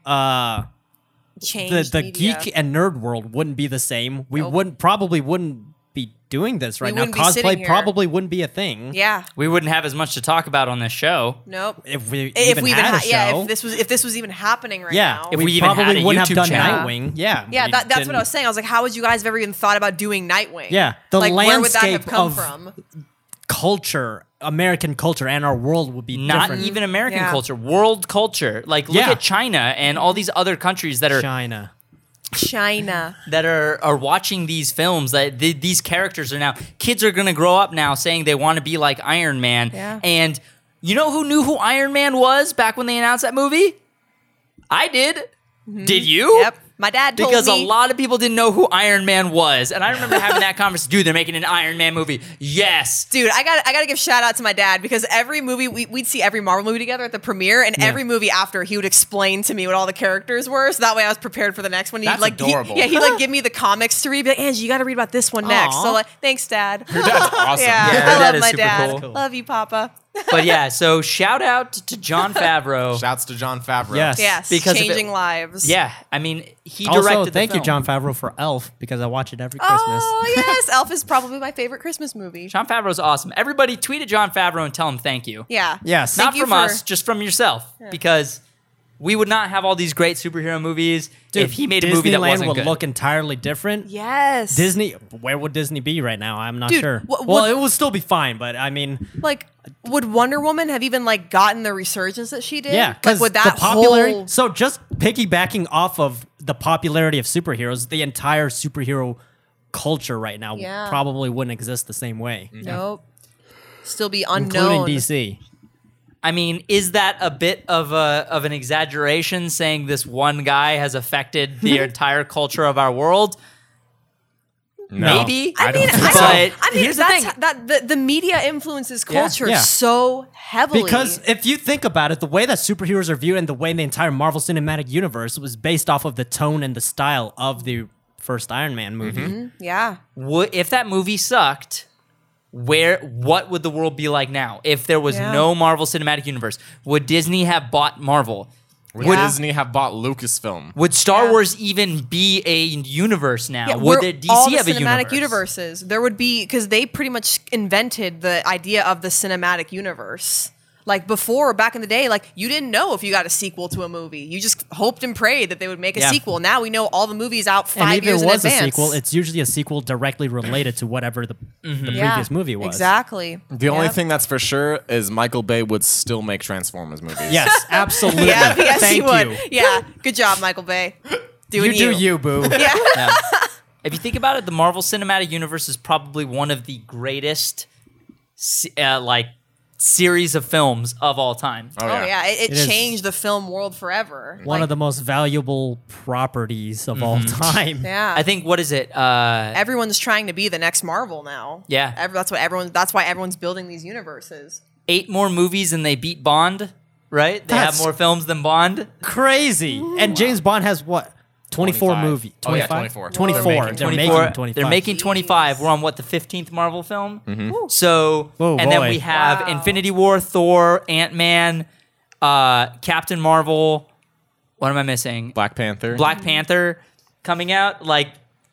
uh,
Change.
the the
media.
geek and nerd world wouldn't be the same. We
Nope.
wouldn't probably wouldn't be doing this right now.
wouldn't be sitting
Cosplay
here.
probably wouldn't be a thing.
Yeah.
We wouldn't have as much to talk about on this show.
Nope.
If we
if
even
we even
had
ha-
a show.
yeah, if this was if this was even happening right
yeah,
now.
If
we,
we even
probably
had a
wouldn't have
YouTube
done
channel.
Nightwing. Yeah.
yeah,
we
that, that's what
didn't-
I was saying. I was like, how would you guys have ever even thought about doing Nightwing?
Yeah, the
like, where would that have
landscape
come
of-
from?
Culture, American culture, and our world would be
Not
different.
even American
Yeah.
culture, world culture. Like look
Yeah.
at China and all these other countries that are
China.
China.
that are are watching these films that th- these characters are now kids are going to grow up now saying they want to be like Iron Man
Yeah.
and you know who knew who Iron Man was back when they announced that movie? I did. Did you?
Mm-hmm. Yep. My dad told
Because
me.
a lot of people didn't know who Iron Man was, and I remember having that conversation. Dude, they're making an Iron Man movie. Yes,
Dude, I got I got to give shout out to my dad because every movie we, we'd see every Marvel movie together at the premiere, and every movie after he would explain to me what all the characters were, so that way I was prepared for the next one. He'd
That's
like, he-
adorable.
yeah, he'd like give me the comics to read. Be like, Angie, you got to read about this one next.
Aw.
So like, thanks, dad.
Your dad's awesome.
yeah,
Yeah,
I
her
love
dad is
my
super
dad.
cool. Cool.
Love you, Papa.
but yeah. So shout out to John Favreau.
Shouts to John Favreau.
Yes.
Yes,
Because of it-
changing lives.
yeah, I mean he directed.
Also,
the
thank you,
film.
John Favreau, for Elf because I watch it every
Oh
Christmas.
yes, Elf is probably my favorite Christmas movie.
John Favreau's awesome. Everybody tweet at John Favreau and tell him thank you.
Yeah.
Yes.
not
Thank you
from
for-
us, just from yourself, because we would not have all these great superhero movies if he made a movie that
Disneyland
wasn't
would
good.
look entirely different.
Yes.
Disney, where would Disney be right now? I'm not
Dude,
sure.
wha-
well,
would-
it will still be fine, but I mean,
Like, would Wonder Woman have even like gotten the resurgence that she did?
yeah,
Like,
because
would that
the popularity.
whole
So just piggybacking off of the popularity of superheroes, the entire superhero culture right now
Yeah.
probably wouldn't exist the same way,
nope still be
including
unknown?
DC.
I mean, is that a bit of a of an exaggeration saying this one guy has affected the entire culture of our world?
No.
Maybe.
I mean, I,
think so.
don't- I mean,
here's the
that's
thing.
that the, the media influences culture
yeah.
so heavily
Because if you think about it, the way that superheroes are viewed and the way the entire Marvel Cinematic Universe was based off of the tone and the style of the first Iron Man movie.
Mm-hmm. yeah,
Wo- if that movie sucked, where what would the world be like now if there was
Yeah.
no Marvel Cinematic Universe? Would Disney have bought Marvel?
Would
Yeah.
Disney have bought Lucasfilm?
Would Star
Yeah.
Wars even be a universe now?
yeah
Would
we're-
the DC
all the
have a universe?
cinematic universes? There would be because they pretty much invented the idea of the cinematic universe. Like before, back in the day, like you didn't know if you got a sequel to a movie. You just hoped and prayed that they would make a
Yeah.
sequel. Now we know all the movies out
And
five
if
years
it was
in
a
advance.
sequel, it's usually a sequel directly related to whatever the, the
Yeah,
previous movie was.
Exactly.
The only
Yep.
thing that's for sure is Michael Bay would still make Transformers movies.
Yes, absolutely.
Yeah, yes,
Thank
he would.
you.
Yeah, good job, Michael Bay. Doing
you do you, boo.
Yeah.
Oh, If you think about it, the Marvel Cinematic Universe is probably one of the greatest, se- uh, like, series of films of all time.
Oh,
Oh
yeah.
yeah, it,
It
it,
is-
changed the film world forever.
One
Like,
of the most valuable properties of all time.
yeah.
I think what is it? Uh,
everyone's trying to be the next Marvel now.
Yeah.
Every, that's what everyone. That's why everyone's building these universes.
eight more movies and they beat Bond, right? They
That's-
have more films than Bond.
Crazy. And James Bond has what? 24
25.
movie.
Oh, yeah,
25?
24.
24.
They're
They're
making
making
24
25.
They're making 25. We're on what the 15th Marvel film. So,
Whoa,
and
Mm-hmm. Oh, boy.
then we have
Wow.
Infinity War, Thor, Ant Man, uh, Captain Marvel. What am I missing?
Black Panther.
Black Panther coming out. Like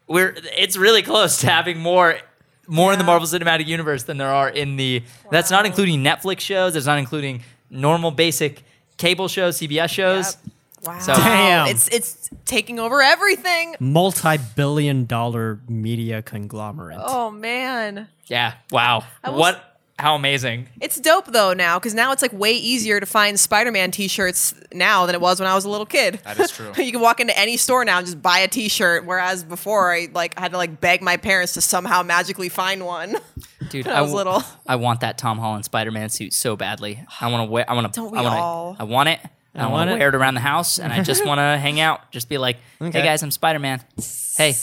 we're it's really close to having more more in the Marvel Cinematic Universe than there are in the that's not including Netflix shows, that's not including normal basic cable shows, CBS shows.
Yep. Wow.
So-
Damn.
It's it's taking over everything.
Multi billion dollar media conglomerate.
Oh man.
Yeah. Wow.
will
What
s-
how amazing.
It's dope though now because now it's like way easier to find Spider-Man T-shirts now than it was when I was a little kid.
That is true.
you can walk into any store now and just buy a T-shirt, whereas before I like had to like beg my parents to somehow magically find one.
Dude,
I was
w-
little.
I want that Tom Holland Spider-Man suit so badly. I want to wear I want to
Don't we
I wanna,
all?
I want it. I, want
want
to
it.
wear it around the house and I just want to hang out. Just be like, "Hey guys, I'm Spider-Man." Hey,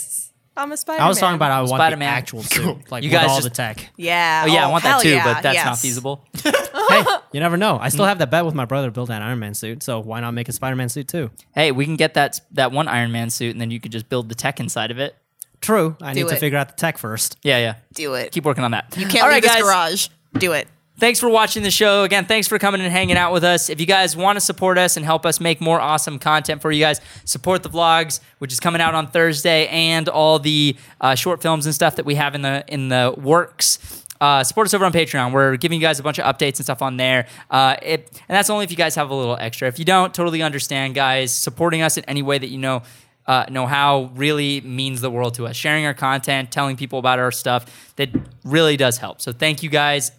I'm a Spider-Man.
I was talking about I want
Spider-Man.
the actual suit. Like
You
with
guys
all
just-
the tech.
Yeah.
oh yeah, I want that
hell
too,
yeah,
but that's not
yes.
feasible.
hey, you never know. I still have that bet with my brother to build that Iron Man suit, so why not make a Spider Man suit too?
hey, we can get that that one Iron Man suit, and then you could just build the tech inside of it.
True. I
Do
need to
it.
figure out the tech first.
Yeah, yeah.
Do it.
Keep working on that. You
Can't leave this garage. Do it.
Thanks for watching the show. Again, thanks for coming and hanging out with us. If you guys want to support us and help us make more awesome content for you guys, support the vlogs, which is coming out on Thursday, and all the uh, short films and stuff that we have in the in the works. Uh, support us over on Patreon. We're giving you guys a bunch of updates and stuff on there. Uh, it, and that's only if you guys have a little extra. If you don't, totally understand, guys. Supporting us in any way that you know uh, know how really means the world to us. Sharing our content, telling people about our stuff, that really does help. So thank you guys,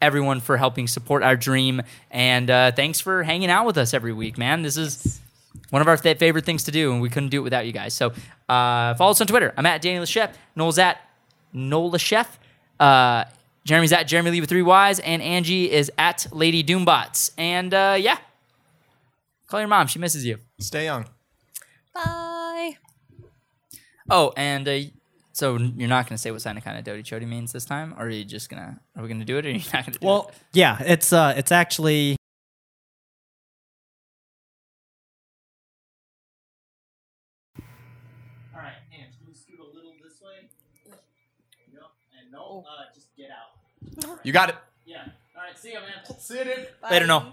everyone, for helping support our dream, and uh, thanks for hanging out with us every week, man. This is one of our th- favorite things to do, and we couldn't do it without you guys. So uh, follow us on Twitter. I'm at Daniel Chef. Noel's at Nola Chef. Uh, Jeremy's at Jeremy Lee with three Y's, and Angie is at Lady Doombots. And uh, yeah, call your mom. She misses you.
Stay young.
Bye.
Oh, and uh, so you're not gonna say what Sina kind of Doty Chody means this time, or are you just gonna? Are we gonna do it, or are you not gonna do it?
Well, yeah, it's uh, it's actually.
All right, and can you scoot a little this way? Yep. And no, uh, just get out.
You got it.
Yeah. All right. See ya, man.
See you, dude.
Later, Noel.